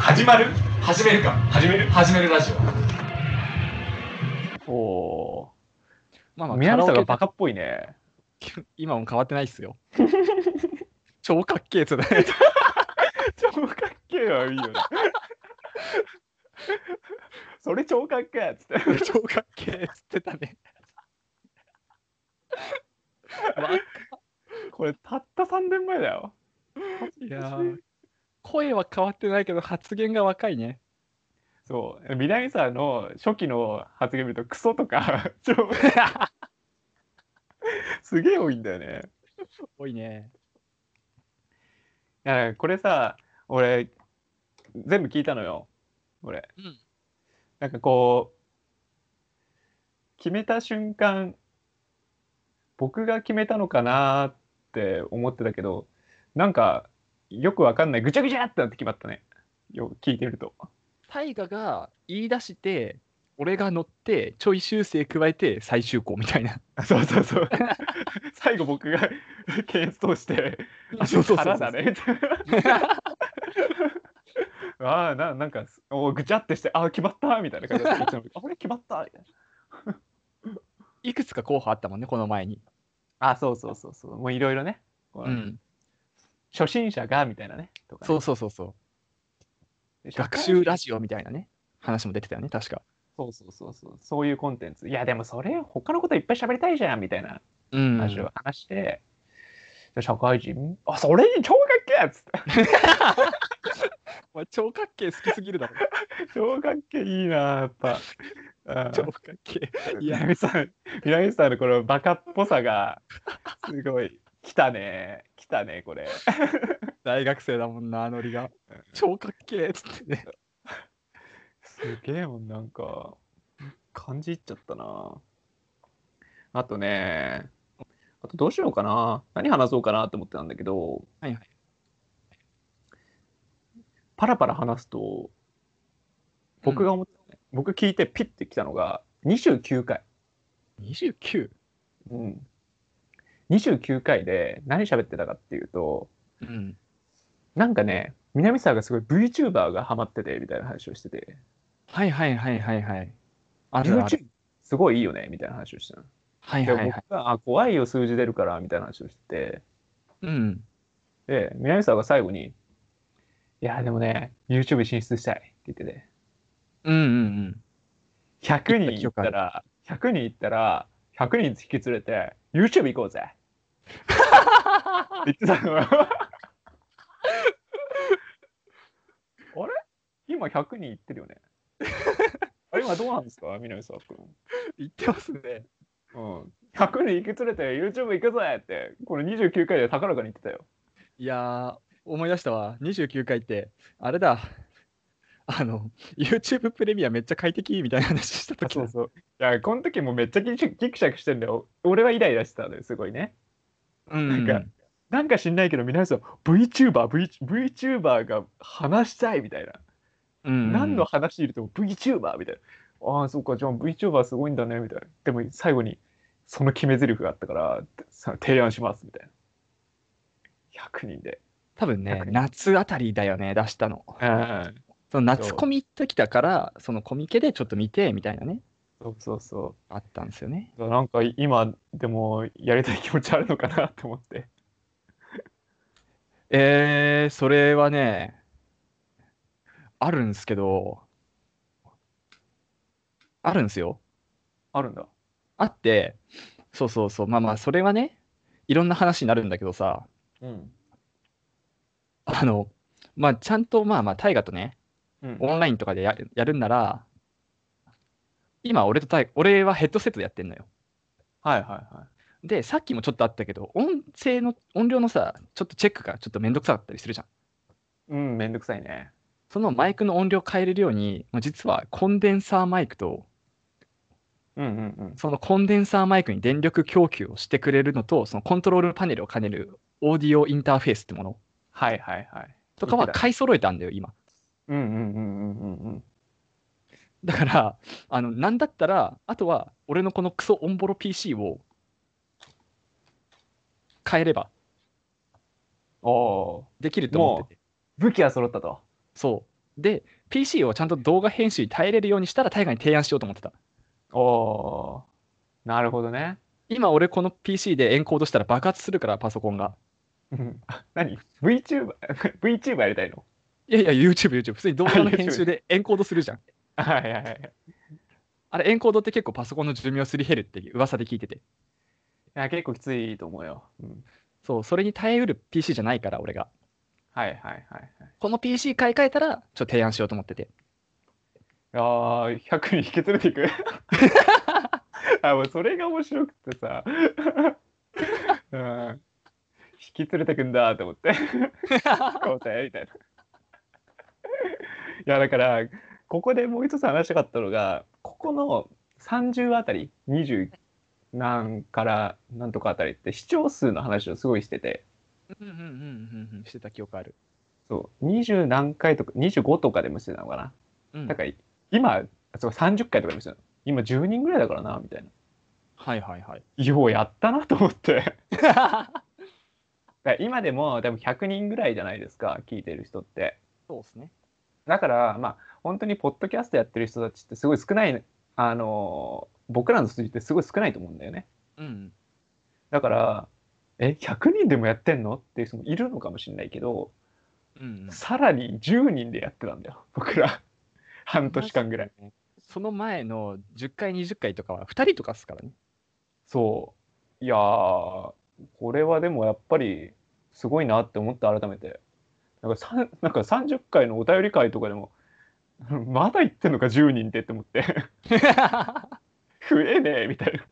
始まる
始めるか
始める
始めるラジオ
おお
まあま
ー
あ、
宮下
カラ
が
オケ
バカっぽいね
今も変わってないっすよ。超かっけえっつう ね。
超かっけえはいいよね それ超かっけえっつって
超かっけえっつってたね。
これたった3年前だよ
いやー声は変わってないけど発言が若いね。
そう南沢の初期の発言見るとクソと か超すげえ多いんだよね
多いね。
いやこれさ俺全部聞いたのよ俺、
うん
なんかこう決めた瞬間僕が決めたのかなーって思ってたけどなんかよくわかんないぐちゃぐちゃってなって決まったねよ聞いてると
大河が言い出して、俺が乗って、ちょい修正加えて最終項みたいな。
そうそうそう。最後僕が 検討して、
あ そうそうそうそう
腹だね。 ああ、ななんか、おぐちゃってして、ああ、決まったみたいな感じで、 あこれ決まったみたい
いくつか候補あったもんね、この前に。
な。あそうそうそうそう。もういろいろね、こう
うん。
初心者がみたいなね。とかね
そうそうそうそう。
で社会
学習ラジオみたいなね、話も出てたよね、確か。
そうそうそうそう。そういうコンテンツ。いや、でもそれ、他のこといっぱい喋りたいじゃんみたいな
うん
話を話して、で社会人、あそれに超かっけえっつって。
お前超かっけえ好きすぎるだろ。
超かっけえいいな、やっぱ。うん
超かっけえ。いや
南さん、南さんのこのバカっぽさが、すごい、来たね、来たね、これ。
大学生だもんな、ノリが。超かっけえっつってね。
すげえもん、なんか、感じ入っちゃったな。あとね、あとどうしようかな。何話そうかなと思ってたんだけど、
はいはい
パラパラ話すと、僕が思った、僕聞いてピッて来たのが、29回。
29?
うん、29回で何喋ってたかっていうと
うん。
なんかね南沢がすごい VTuber がハマっててみたいな話をしてて
はいはいはいはいはい。あるある
YouTube すごいいいよねみたいな話をしたの。
はい
で
は
僕
いはい。
があ怖いよ数字出るからみたいな話をして
うん。
てで南沢が最後に「いやでもね YouTube 進出したい」って言ってて
うんうん
100人行ったら100人行ったら100人引き連れて YouTube 行こう ぜって言ってたの よあれ今100人行ってる よねあれ今どうなんですか南沢君、
うん。言ってますね。
うん、100人引き連れて YouTube 行くぜってこの29回で高らかに言ってたよ
いやー、思い出したわ。29回って、あれだ。あの、YouTube プレミアめっちゃ快適みたいな話したとき
そうそういやこの時もめっちゃギクシャクギクシャクしてんだよ俺はイライラしてたのよすごいね
うん。
なんかなんか知んないけど皆さん VTuber, v VTuber が話したいみたいな
うん、
何の話いるとも VTuber みたいな。ああ、そうか、じゃあ VTuber すごいんだね、みたいな。でも最後に、その決め台詞があったから、さ提案します、みたいな。 100人で。
多分ね、夏あたりだよね、出したの。
うん。
その夏コミ行ってきたから、そのコミケでちょっと見て、みたいなね、
そうそうそう。
あったんですよね。
なんか今でもやりたい気持ちあるのかなと思って。
えー、それはね、あるんですけど、あるんですよ。
あるんだ。
あって、そうそうそう、まあまあ、それはね、いろんな話になるんだけどさ、
うん。
あの、まあ、ちゃんと、まあまあ、大河とね、
うん、
オンラインとかでややるんなら、今、俺と大河、俺はヘッドセットでやってんのよ。
はいはいは
で、さっきもちょっとあったけど、音声の、音量のさ、ちょっとチェックがちょっとめんどくさかったりするじゃん。
い。うん、めんどくさいね。
そのマイクの音量変えれるように、まあ実はコンデンサーマイクと、
うんうんうん。
そのコンデンサーマイクに電力供給をしてくれるのと、そのコントロールパネルを兼ねるオーディオインターフェースってもの
はいはいはい。
とか
言っ
は
てた
買い揃えたんだよ、今。
うんうんうんうんうんうん。
だから、あの、なんだったら、あとは、俺のこのクソオンボロ PC を変えれば
おお
できると思ってて。
ー。武器は揃ったと。
そう。で、PC をちゃんと動画編集に耐えれるようにしたら、大河に提案しようと思ってた。
おおー。なるほどね。
今、俺この PC でエンコードしたら爆発するから、パソコンが。
うん。あ 何 ?VTuber、VTuber やりたいの
いやいや、YouTube、YouTube。普通に動画の
YouTube
編集でエンコードするじゃん。
はいはいはい。
あれ、エンコードって結構パソコンの寿命すり減るっていう噂で聞いてて。
いや結構きついと思うよ。うん、
そう、それに耐えうる PC じゃないから、俺が。
はいはいはいはい。
この PC 買い替えたら、ちょっと提案しようと思ってて。
ああ、100人引き連れていくあ、もうそれが面白くてさ、 うん、引き連れてくんだと思って、交代みたいな。いや、だから、ここでもう一つ話したかったのが、ここの30あたり、20何から何とかあたりって視聴数の話をすごいしてて、
うんうんうんうんうん。してた記憶ある。
そう、20何回とか、25とかでもしてたのかな。
うん
なんか今、あそう30回とかでしたよ今10人ぐらいだからな、みたいな。
はいはいはい。
ようやったなと思って。 だから今でも多分100人ぐらいじゃないですか、聞いてる人って。
そうですね。
だから、まあ、本当にポッドキャストやってる人たちってすごい少ない、あのー僕らの数字ってすごい少ないと思うんだよね。
うん。
だから、え、100人でもやってんのっていう人もいるのかもしれないけど、
うん、
さらに10人でやってたんだよ、僕ら。半年間ぐらい。
その前の10回、20回とかは2人とかっすから ね。
そう。いやー、これはでもやっぱりすごいなって思って改めて。なんかさんなんか30回のお便り会とかでも、 まだ言ってんのか10人ってって思って、 増えねえみたいな。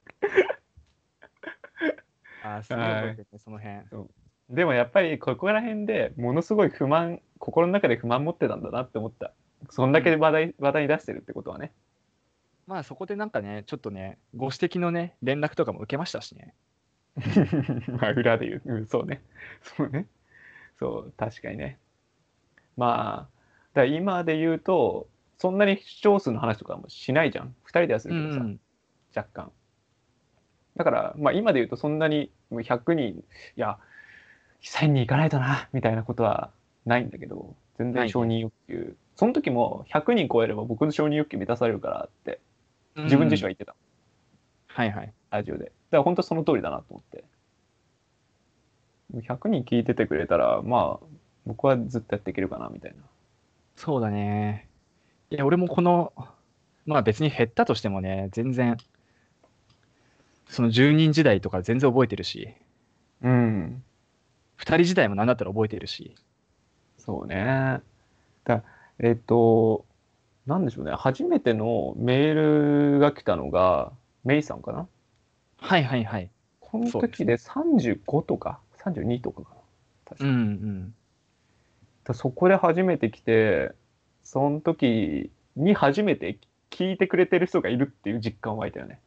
ああ、す
ごい覚えて
その辺。
でもやっぱりここら辺でものすごい不満、心の中で不満持ってたんだなって思った。そんだけ話題,、話題に出してるってことはね。
まあそこでなんかね、ちょっとね、ご指摘のね、連絡とかも受けましたしね。
まあ裏で言う、うん、そうね。 そうね。そう、確かにね。まあ、だから今で言うと、そんなに視聴数の話とかもしないじゃん。二人ではするけどさ、
ん。
若干。だから、まあ今で言うとそんなにもう100人、いや、1000人いかないとな、みたいなことはないんだけど、全
な
然
いね
承認欲求。その時も100人超えれば僕の承認欲求満たされるからって、自分自身は言
は。
ってた、
はいはい。
ラジオで。だから本当その通りだなと思って。100人聞いててくれたら、まあ、僕はずっとやっていけるかな、みたいな。
そうだね。いや、俺もこの、まあ別に減ったとしてもね、全然、その10人時代とか全然覚えてるし、
うん。
2人時代も何だったら覚えてるし。
そうね。だえっと、なんでしょうね。初めてのメールが来たのが、メイさんかな
はいはいはい。
この時で35とか、32とかかな。
うんうん。
だそこで初めて来て、その時に初めて聞いてくれてる人がいるっていう実感湧いたよね。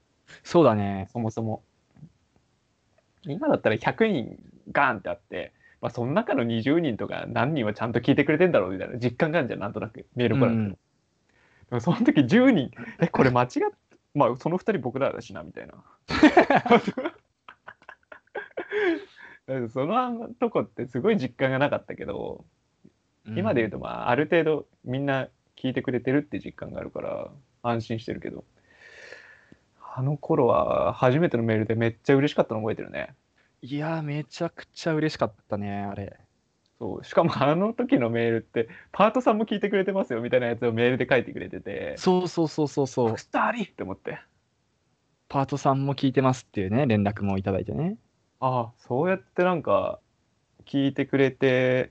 そうだね。
そもそも。今だったら100人ガーンってあって、まあ、その中の20人とか何人はちゃんと聞いてくれてんだろうみたいな実感があるじゃん、なんとなく、メール来られても。
うんうん
でもその時10人、え、これ間違っ、まあ、その2人僕らだしな、みたいな。から そのとこってすごい実感がなかったけど、今で言うとまあある程度みんな聞いてくれてるって実感があるから安心してるけどあの頃は初めてのメールでめっちゃ嬉しかったの覚えてるね
いやーめちゃくちゃ嬉しかったねあれ
そうしかもあの時のメールってパートさんも聞いてくれてますよみたいなやつをメールで書いてくれてて
そうそうそうそうそう
スターリーって思って
パートさんも聞いてますっていうね連絡もいただいてね
ああそうやってなんか聞いてくれて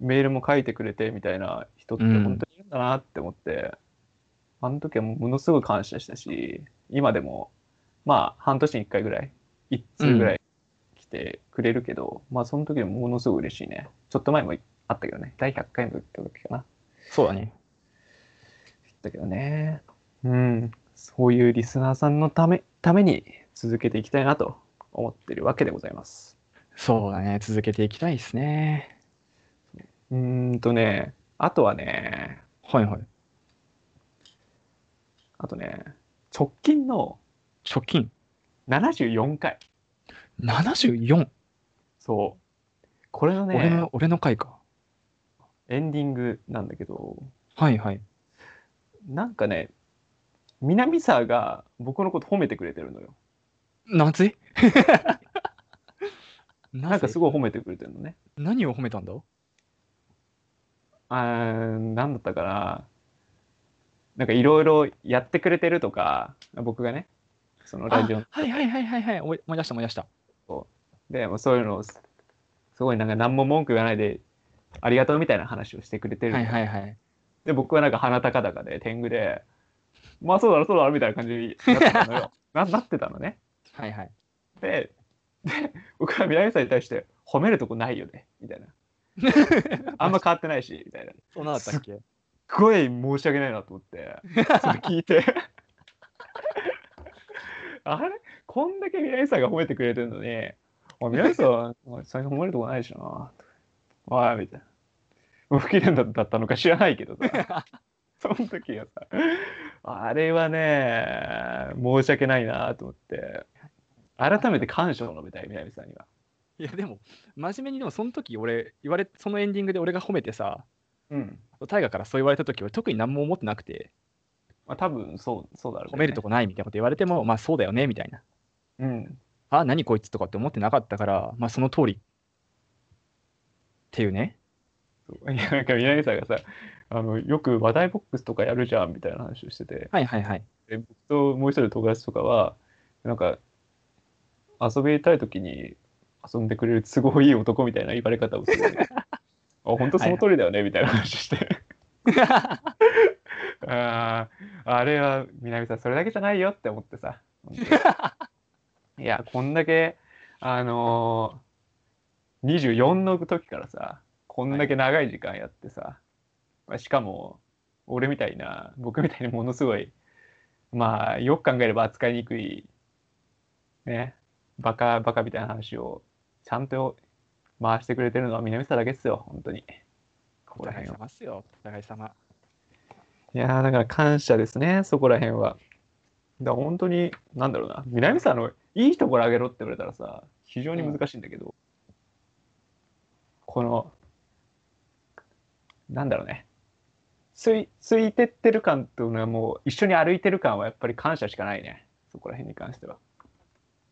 メールも書いてくれてみたいな人って本当にいるんだなって思って、あの時はもうものすごい感謝したし今でもまあ半年に1回ぐらい1通ぐらい来てくれるけど、まあその時はものすごい嬉しいねちょっと前もあったけどね第100回の時かな
そうだね
だけどねうんそういうリスナーさんのためために続けていきたいなと思ってるわけでございます。
そうだね続けていきたいですね
うーんとね、あとはね、
はいはい
あとね、直近の
貯金
74回。
74、
そう。これのね
俺の、俺の回か
エンディングなんだけど、
はいはい
なんかね、南沢が僕のこと褒めてくれてるのよ。
なぜ
な
な
ん
か
かすごい褒めてくれてるのね。
何を褒めたんだ
あーなんだったかな。なんかいろいろやってくれてるとか、僕がね、そのラジオの
あはいはいはいはいはい思い思い出した思い出した
でもうそういうのをすすごいなんか何も文句言わないで、ありがとうみたいな話をしてくれてるの
はいはいはい
で、僕はなんか鼻高々で、天狗で、まあそうだろ、そうだろ、みたいな感じになってたのよ。ななってたのね。
はいはい
で、で僕は南さんに対して、褒めるとこないよね、みたいな。あんま変わってないし、みたいな。す
そうなんだったっけ
っごい申し訳ないなと思 って、それ聞いて。あれこんだけ南さんが褒めてくれてるのに、お南さん、お最近褒めるとこないしな。おい、みたいな。もう不機嫌だったのか知らないけどさ。 その時はさ、あれはね、申し訳ないなと思って、改めて感謝を述べたい、南さんには。
いやでも真面目にでもその時俺言われそのエンディングで俺が褒めてさ
うん。
大河からそう言われた時俺特に何も思ってなくて
まあ多分そう、そうだろう、
褒めると
こ。
こないみたいなこと言われてもまあそうだよねみたいな
うん。
あ何こいつとかって思ってなかったからまあその通りっていうね
そうい や、なんか南さんがさ、あの、よく話題ボックスとかやるじゃん、みたいな話をしてて、
はいはいはい
で僕ともう一人の友達とかは、なんか、遊びたい時に遊んでくれる都合いい男みたいな言われ方をするよね。あ、本当その通りだよね、みたいな話して。あああれは南さんそれだけじゃないよって思ってさいやこんだけあのー、24の時からさこんだけ長い時間やってさ、まあしかも俺みたいな僕みたいにものすごいまあよく考えれば扱いにくいねバカバカみたいな話をちゃんと回してくれてるのは南さんだけっすよ本当にこ
お
こら
互い
辺は
様っすよお互い様
いやーだから感謝ですね、そこら辺は。だから本当に、なんだろうな、南さんのいいところあげろって言われたらさ、非常に難しいんだけど、この、なんだろうね、ついついてってる感というのはもう、一緒に歩いてる感はやっぱり感謝しかないね、そこら辺に関しては。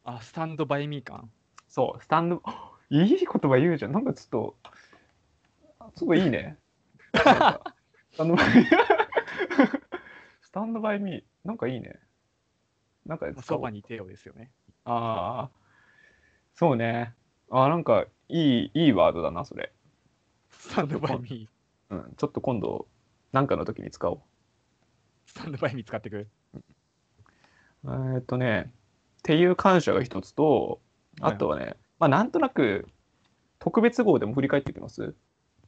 あスタンドバイミー感
そう、スタンド、 あいい言葉言うじゃん、なんかちょっと、すごいいいね。なんかスタンドバイ、 スタンドバイミー、なんかいいね。なんか
ま
使
あそ
おう
ばにいてよですよね
ああ、そうね。ああ、なんかいい、いいワードだな、それ。
スタンドバイミー
うん、ちょっと今度、なんかの時に使おう。
スタンドバイミー使ってくる
えーっとね、っていう感謝が一つと、あとはね、まあなんとなく、特別号でも振り返っていきます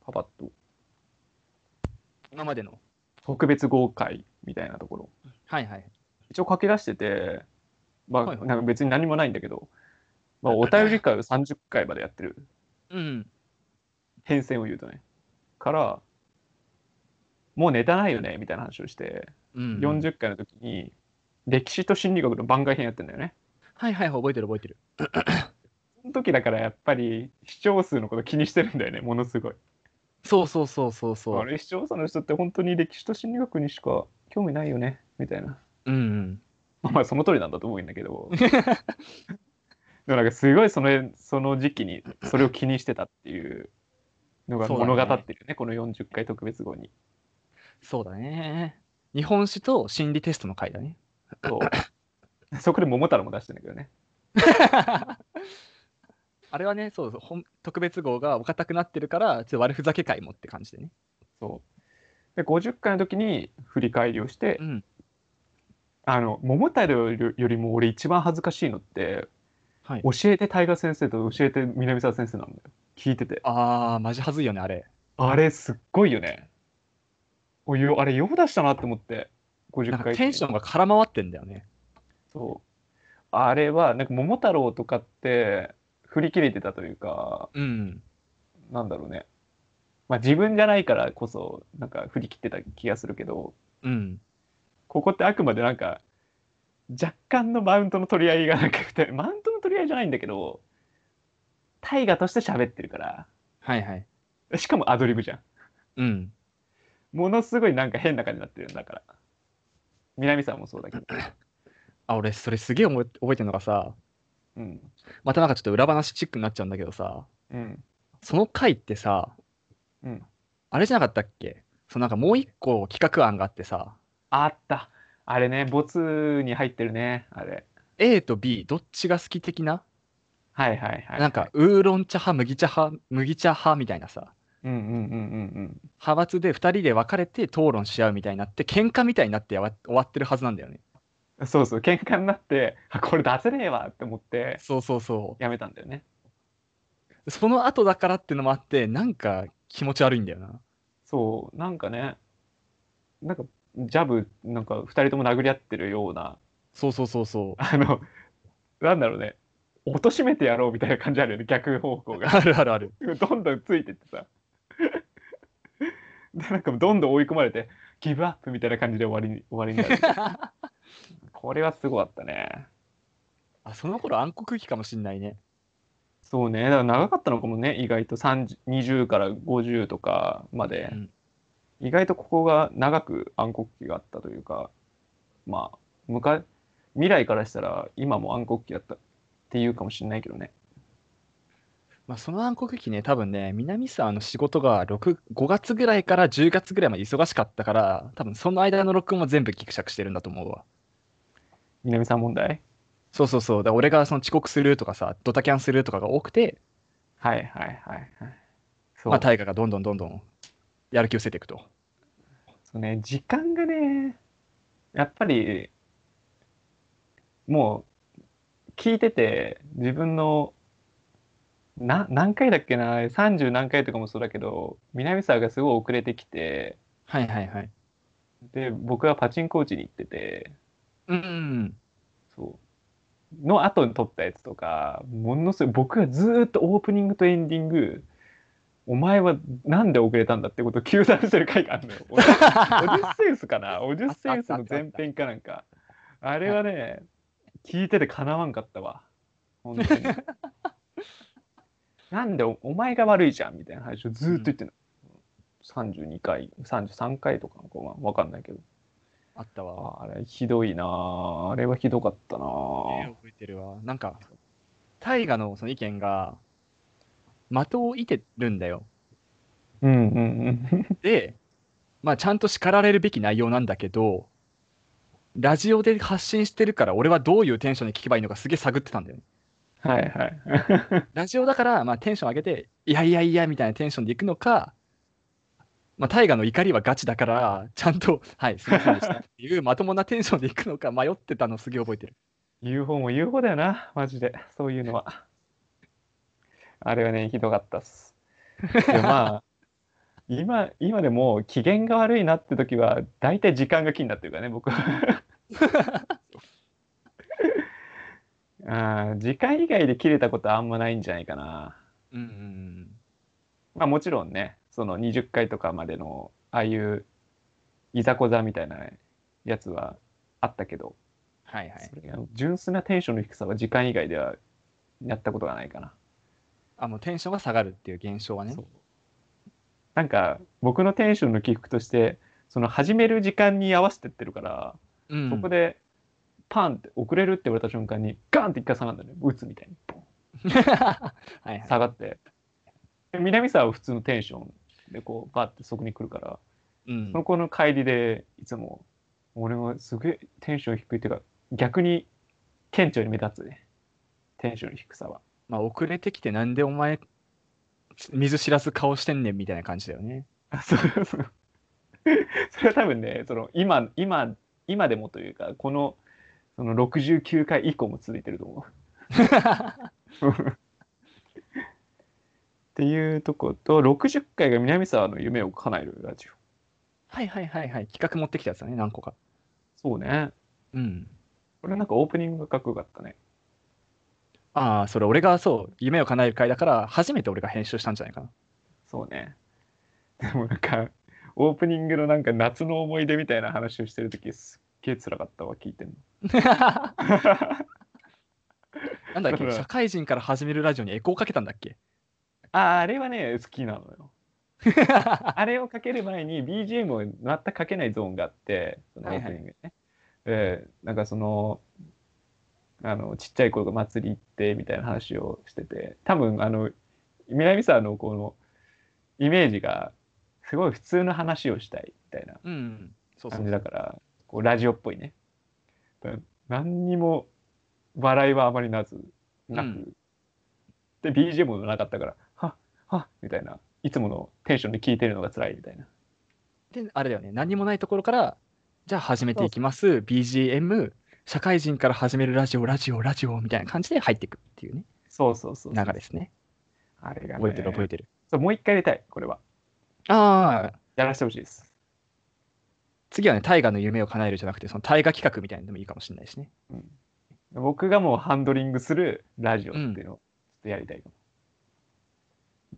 パパッと。
今までの
特別号会みたいなところ。
はいはい
一応書き出してて、まあ、
はいはい
なんか別に何もないんだけど、まあ、お便り会を30回までやってる
うん
変遷を言うとねからもうネタないよねみたいな話をして、
うん
40回の時に歴史と心理学の番外編やってんだよね
はいはいはい覚えてる覚えてる
の時だからやっぱり視聴数のこと気にしてるんだよねものすごい
そうそうそうそうそ
あ
う。
れ視聴者の人って本当に歴史と心理学にしか興味ないよねみたいな
うんうん。
まあまあその通りなんだと思うんだけどでもなんかすごいそのその時期にそれを気にしてたっていうのが
そうだね
物語ってるよねこの40回特別号に。
そうだね。日本史と心理テストの回だね。
そう そこで桃太郎も出してんだけどね。
あれはね、そうそう本、特別号がお堅くなってるから、ちょっと悪ふざけ会もって感じでね。
そうで50回の時に振り返りをして、
うん。
あの桃太郎よりも俺一番恥ずかしいのって
はい。
教えて大河先生と教えて南沢先生なんだよ聞いてて
あー、マジはずいよね、あれ。
あれすっごいよねおよあれよく出したなって思って50
なん
回
かテンションが空回ってんだよね。
そうあれはなんか桃太郎とかって振り切れてたというか
うん。
なんだろうねまあ自分じゃないからこそなんか振り切ってた気がするけど
うん。
ここってあくまでなんか若干のマウントの取り合いがなんか 二人マウントの取り合いじゃないんだけど大河として喋ってるから
はいはい。
しかもアドリブじゃん
うん。
ものすごいなんか変な感じになってるんだから南さんもそうだけど
あ、俺、それすげえ覚え覚えてるのがさ、
うん
またなんかちょっと裏話チックになっちゃうんだけどさ、
うん
その回ってさ、
うん
あれじゃなかったっけそのなんかもう一個企画案があってさ、
あったあれねボツに入ってるねあれ
A と B どっちが好き的な、
はいはいはい
なんかウーロン茶派麦茶派麦茶派みたいなさ
うんうんうん
派閥で2人で分かれて討論し合うみたいになって喧嘩みたいになってやわ終わってるはずなんだよね
うんそうそう喧嘩になってあこれ出せねえわって思って
そうそうそ
やめたんだよね
うその後だからってのもあってなんか気持ち悪いんだよな
そうなんかねなんかジャブなんか2人とも殴り合ってるような
そうそうそうそう
あのなんだろうね貶としめてやろうみたいな感じあるよね逆方向が
あるあるある
どんどんついてってさ。 で、なんかどんどん追い込まれて、ギブアップみたいな感じで終わりに、終わりになる。これはすごかったね。
あその頃暗黒期かもしんないね
そうね、だから長かったのかもね、意外と30 20から50とかまで、
うん
意外とここが長く暗黒期があったというか、まあ、向か未来からしたら今も暗黒期だったっていうかもしれないけどね。
まあ、その暗黒期ね、多分ね、南沢の仕事が6 5月ぐらいから10月ぐらいまで忙しかったから、多分その間の録音は全部ギクシャクしてるんだと思うわ。
南さん問題
そうそうそう、だから俺がその遅刻するとかさ、ドタキャンするとかが多くて、
はいはいはいはい。そう
まあ、大河がどんどんどんどんやる気を捨てていくと。
そうね、時間がね、やっぱり、もう、聞いてて、自分の、な、何回だっけな、30何回とかもそうだけど、南沢がすごい遅れてきて、
はいはいはい。
で、僕はパチンコ打ちに行ってて、
うんうん
そう。の後に撮ったやつとか、ものすごい、僕がずーっとオープニングとエンディング、お前はなんで遅れたんだってことを糾弾してる回がある のよ。俺オデュッセウスかなオデュッセウスの前編かなんか。あれはね、聞いててかなわんかったわ。本当に。なんでおお前が悪いじゃんみたいな話をずーっと言ってるの。32回、33回とかなのかなわかんないけど。
あったわ。
あれひどいなああれはひどかったな
ええ覚えてるわ。なんか、大河のその意見が、的を射てるんだよ。
うんうんうん。
で、まあ、ちゃんと叱られるべき内容なんだけど、ラジオで発信してるから、俺はどういうテンションで聞けばいいのかすげえ探ってたんだよね。
はいはい。
ラジオだから、まあ、テンション上げて、いやいやいやみたいなテンションでいくのか、まあ、大河の怒りはガチだから、ちゃんと、はい、すみませんでしたっていう まともなテンションでいくのか迷ってたのすげえ覚えてる。
UFO も UFO だよな、マジで、そういうのは。あれはね、ひどかったっす。でもま あ、今、今でも機嫌が悪いなって時は、大体時間が気になってるからね、僕は。 あー時間以外で切れたことはあんまないんじゃないかな。
うんうんうん。
まあもちろんね、その20回とかまでの、ああいういざこざみたいなやつはあったけど、
はいはい。
それが純粋なテンションの低さは時間以外ではやったことがないかな。
あもうテンションが下がるっていう現象はね
そうなんか僕のテンションの起伏としてその始める時間に合わせてってるから、
うん
そこでパンって遅れるって言われた瞬間にガンって一回下がるんだね打つみたいにポン
はいはい
下がってで南沢は普通のテンションでこうバッてそこに来るから
うん
その子の帰りでいつも俺もすげえテンション低いっていうか逆に顕著に目立つねテンションの低さは
まあ、遅れてきてなんでお前水知らず顔してんねんみたいな感じだよね。
そう そう。それは多分ね、その今、今、今でもというか、この、その69回以降も続いてると思う。っていうとこと、60回が南沢の夢を叶えるラジオ。
はいはいはいはい。企画持ってきたやつだね、何個か。
そうね。
うん。
これなんかオープニングがかっこよかったね。
ああ、それ俺がそう、夢を叶える会だから、初めて俺が編集したんじゃないかな。
そうね。でもなんか、オープニングのなんか夏の思い出みたいな話をしてるとき、すっげえ辛かったわ、聞いてんの。
なんだ
そう
っ け、
だ
社会人から始めるラジオにエコーかけたんだっけ
あーあれはね、好きなのよ。あれをかける前に BGM を全くかけないゾーンがあって、そのオ
はい
ー
は
プ
い
ニングね。でなんかその、あの、ちっちゃい子が祭り行ってみたいな話をしてて、多分、あの、南沢のこのイメージが、すごい普通の話をしたいみたいな
うん。そうそ
感
う
じ。だから、こうラジオっぽいね。だから何にも笑いはあまりなず、なく。
うん
で、BGM もなかったから、はっ、はっ、みたいな。いつものテンションで聞いてるのが辛いみたいな。
で、あれだよね、何もないところから、じゃあ始めていきます、BGM、社会人から始めるラジオ、ラジオ、ラジオみたいな感じで入っていくっていうね、
そうそうそう
流れですね。
あれが、ね、
覚えてる覚えてる。
そうもう一回入れたい、これは。
ああ、
やらせてほしいです。
次はね、大河の夢を叶えるじゃなくて、その大河企画みたいなのでもいいかもしれないしね。
うん、僕がもうハンドリングするラジオっていうのをちょっとやりたいかも。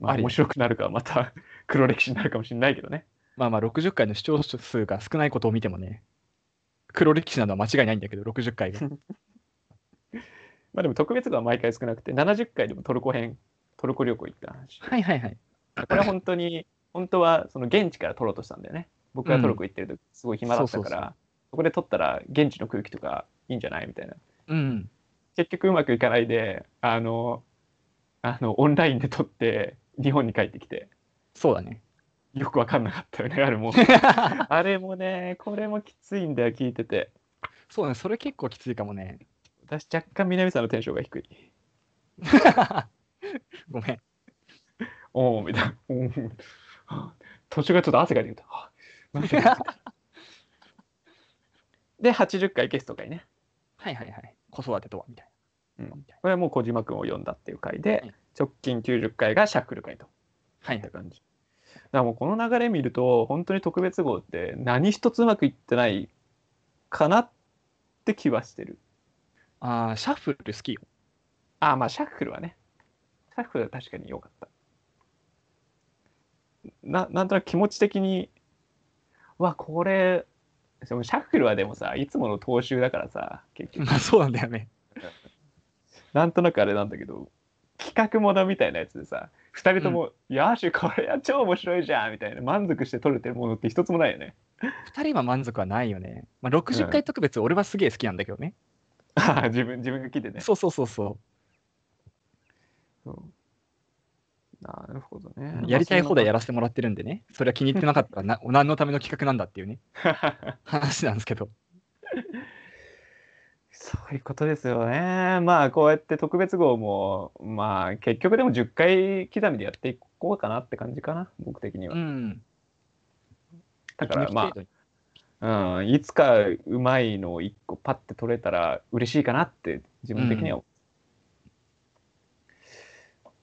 まあ、
あり
面白くなるかはまた 黒歴史になるかもしれないけどね。
まあまあ、60回の視聴者数が少ないことを見てもね、黒歴史なのは間違いないんだけど、60回が。
まあでも特別度は毎回少なくて、70回でもトルコ編、トルコ旅行行った話。
はいはいはい。
これは本当に、本当はその現地から撮ろうとしたんだよね。僕がトルコ行ってる時、すごい暇だった
そう
か
そうそ
ら、そこで撮ったら現地の空気とかいいんじゃないみたいな。
うん。
結局うまくいかないで、あの、あの、オンラインで撮って、日本に帰ってきて、
そうだね。
よくわかんなかったよね、あれも。あれもね、これもきついんだよ、聞いてて。
そうだね。それ結構きついかもね。
私、若干南さんのテンションが低い。
ごめん。
おおみたいな。おー途中がちょっと汗かいてきた。あなんでなんでで、80回ゲスト回ね。
はいはいはい。子育てとはみたいな。
うんこれはもう小島君を呼んだっていう回で、
はい
直近90回がシャッフル回と
はい
いっ
は
た
い。
感じ。だからもうこの流れ見ると、本当に特別号って何一つうまくいってないかなって気はしてる。
ああ、シャッフル好きよ。
ああ、まあシャッフルはね。シャッフルは確かに良かった。ななんとなく気持ち的に、うわ、これ、でもシャッフルはでもさ、いつもの踏襲だからさ、結局
まあそうなんだよね。
なんとなくあれなんだけど企画ものみたいなやつでさ2人とも「いやーしこれは超面白いじゃん」みたいな満足して撮れてるものって一つもないよね。
二人は満足はないよね。まあ60回特別、俺はすげえ好きなんだけどね。
あ ー自分自分が聞いてね。
そうそうそうそう。
そうなるほどね。
やりたい放題や
ら
らせてもらってるんでね、それは気に入ってなかったらな、 何のための企画なんだっていうね、話なんですけど。
そういうことですよね。まあこうやって特別号もまあ結局でも10回刻みでやっていこうかなって感じかな僕的には。
うん。
だから
息抜き
ま
程度に
あ、うん、いつかうまいのを1個パッて取れたら嬉しいかなって自分的には、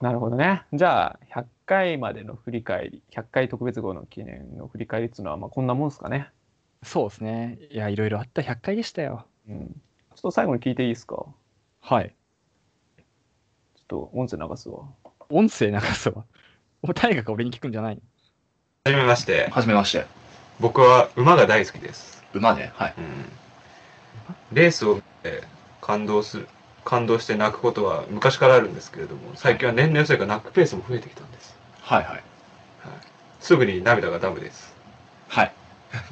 なるほどね。じゃあ100回までの振り返り100回特別号の記念の振り返りっていうのはまあこんなもんですかね。
そうですね。いや、いろいろあった100回でしたよ。
うん、ちょっと最後に聞いていいですかちょ
はい。
っと音声流すわ。
音声流すわ。もう大学俺に聞くんじゃない
じめまして。
はじめまして。
僕は馬が大好きです。
馬ね。はい。
うんレースを見て感動する感動して泣くことは昔からあるんですけれども最近は年々それが泣くペースも増えてきたんです
はいはい。
すぐに涙がダムです
はい。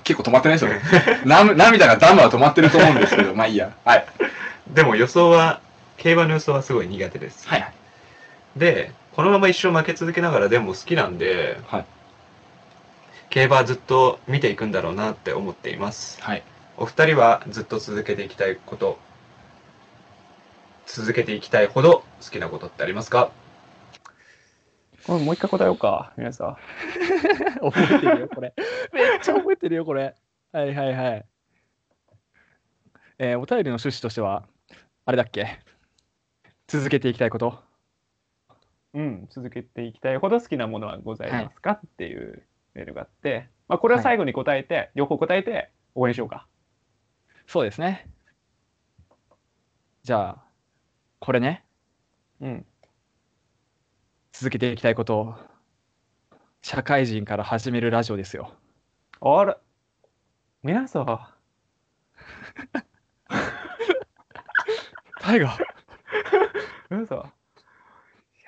結構止まってないですよね。 な涙がダムは止まってると思うんですけど、まあいいや。はい。
でも予想は競馬の予想はすごい苦手です
はいはい。
でこのまま一生負け続けながらでも好きなんで、
はい
競馬はずっと見ていくんだろうなって思っています
はい。
お二人はずっと続けていきたいこと続けていきたいほど好きなことってありますか
これもう一回答えようか、皆さん。
覚えてるよ、これ。めっちゃ覚えてるよ、これ。はいはいはい。えーお便りの趣旨としては、あれだっけ続けていきたいこと。
うん、続けていきたいほど好きなものはございますか、っていうメールがあって、まあ、これは最後に答えて、両方答えて応援しようか。
そうですね。じゃあ、これね、
うん。
続けていきたいことを、社会人から始めるラジオですよ。
あら、皆さん、
タイガー、
皆さん、いや、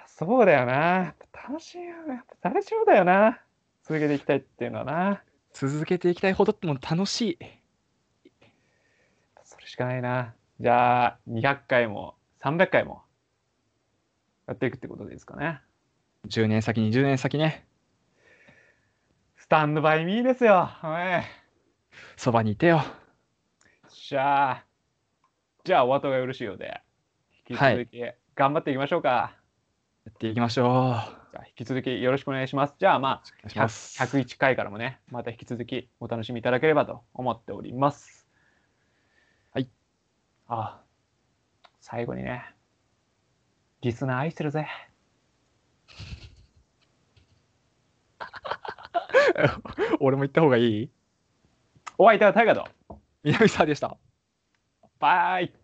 そうだよな。楽しいよね。やっぱ楽しみだよな。続けていきたいっていうのはな。
続けていきたいほどってもう楽しい。
それしかないな。じゃあ、200回も300回もやっていくってことでいいですかね。
10年先、20年先ね、
スタンドバイミーですよ。はい。
そばにいてよ。
しゃあ。じゃあ、お後がよろしいようで、引き続き頑張っていきましょうか。
やっていきましょう。お
じゃあ引き続きよろしくお願いします。じゃあ、ま
願いし
あ、
ます。
100 101回からもね、また引き続きお楽しみいただければと思っております。
はい。
ああ、最後にね、リスナー愛してるぜ。
俺も行った方がいい
お相手はタイガーと、
南沢でした。
バイ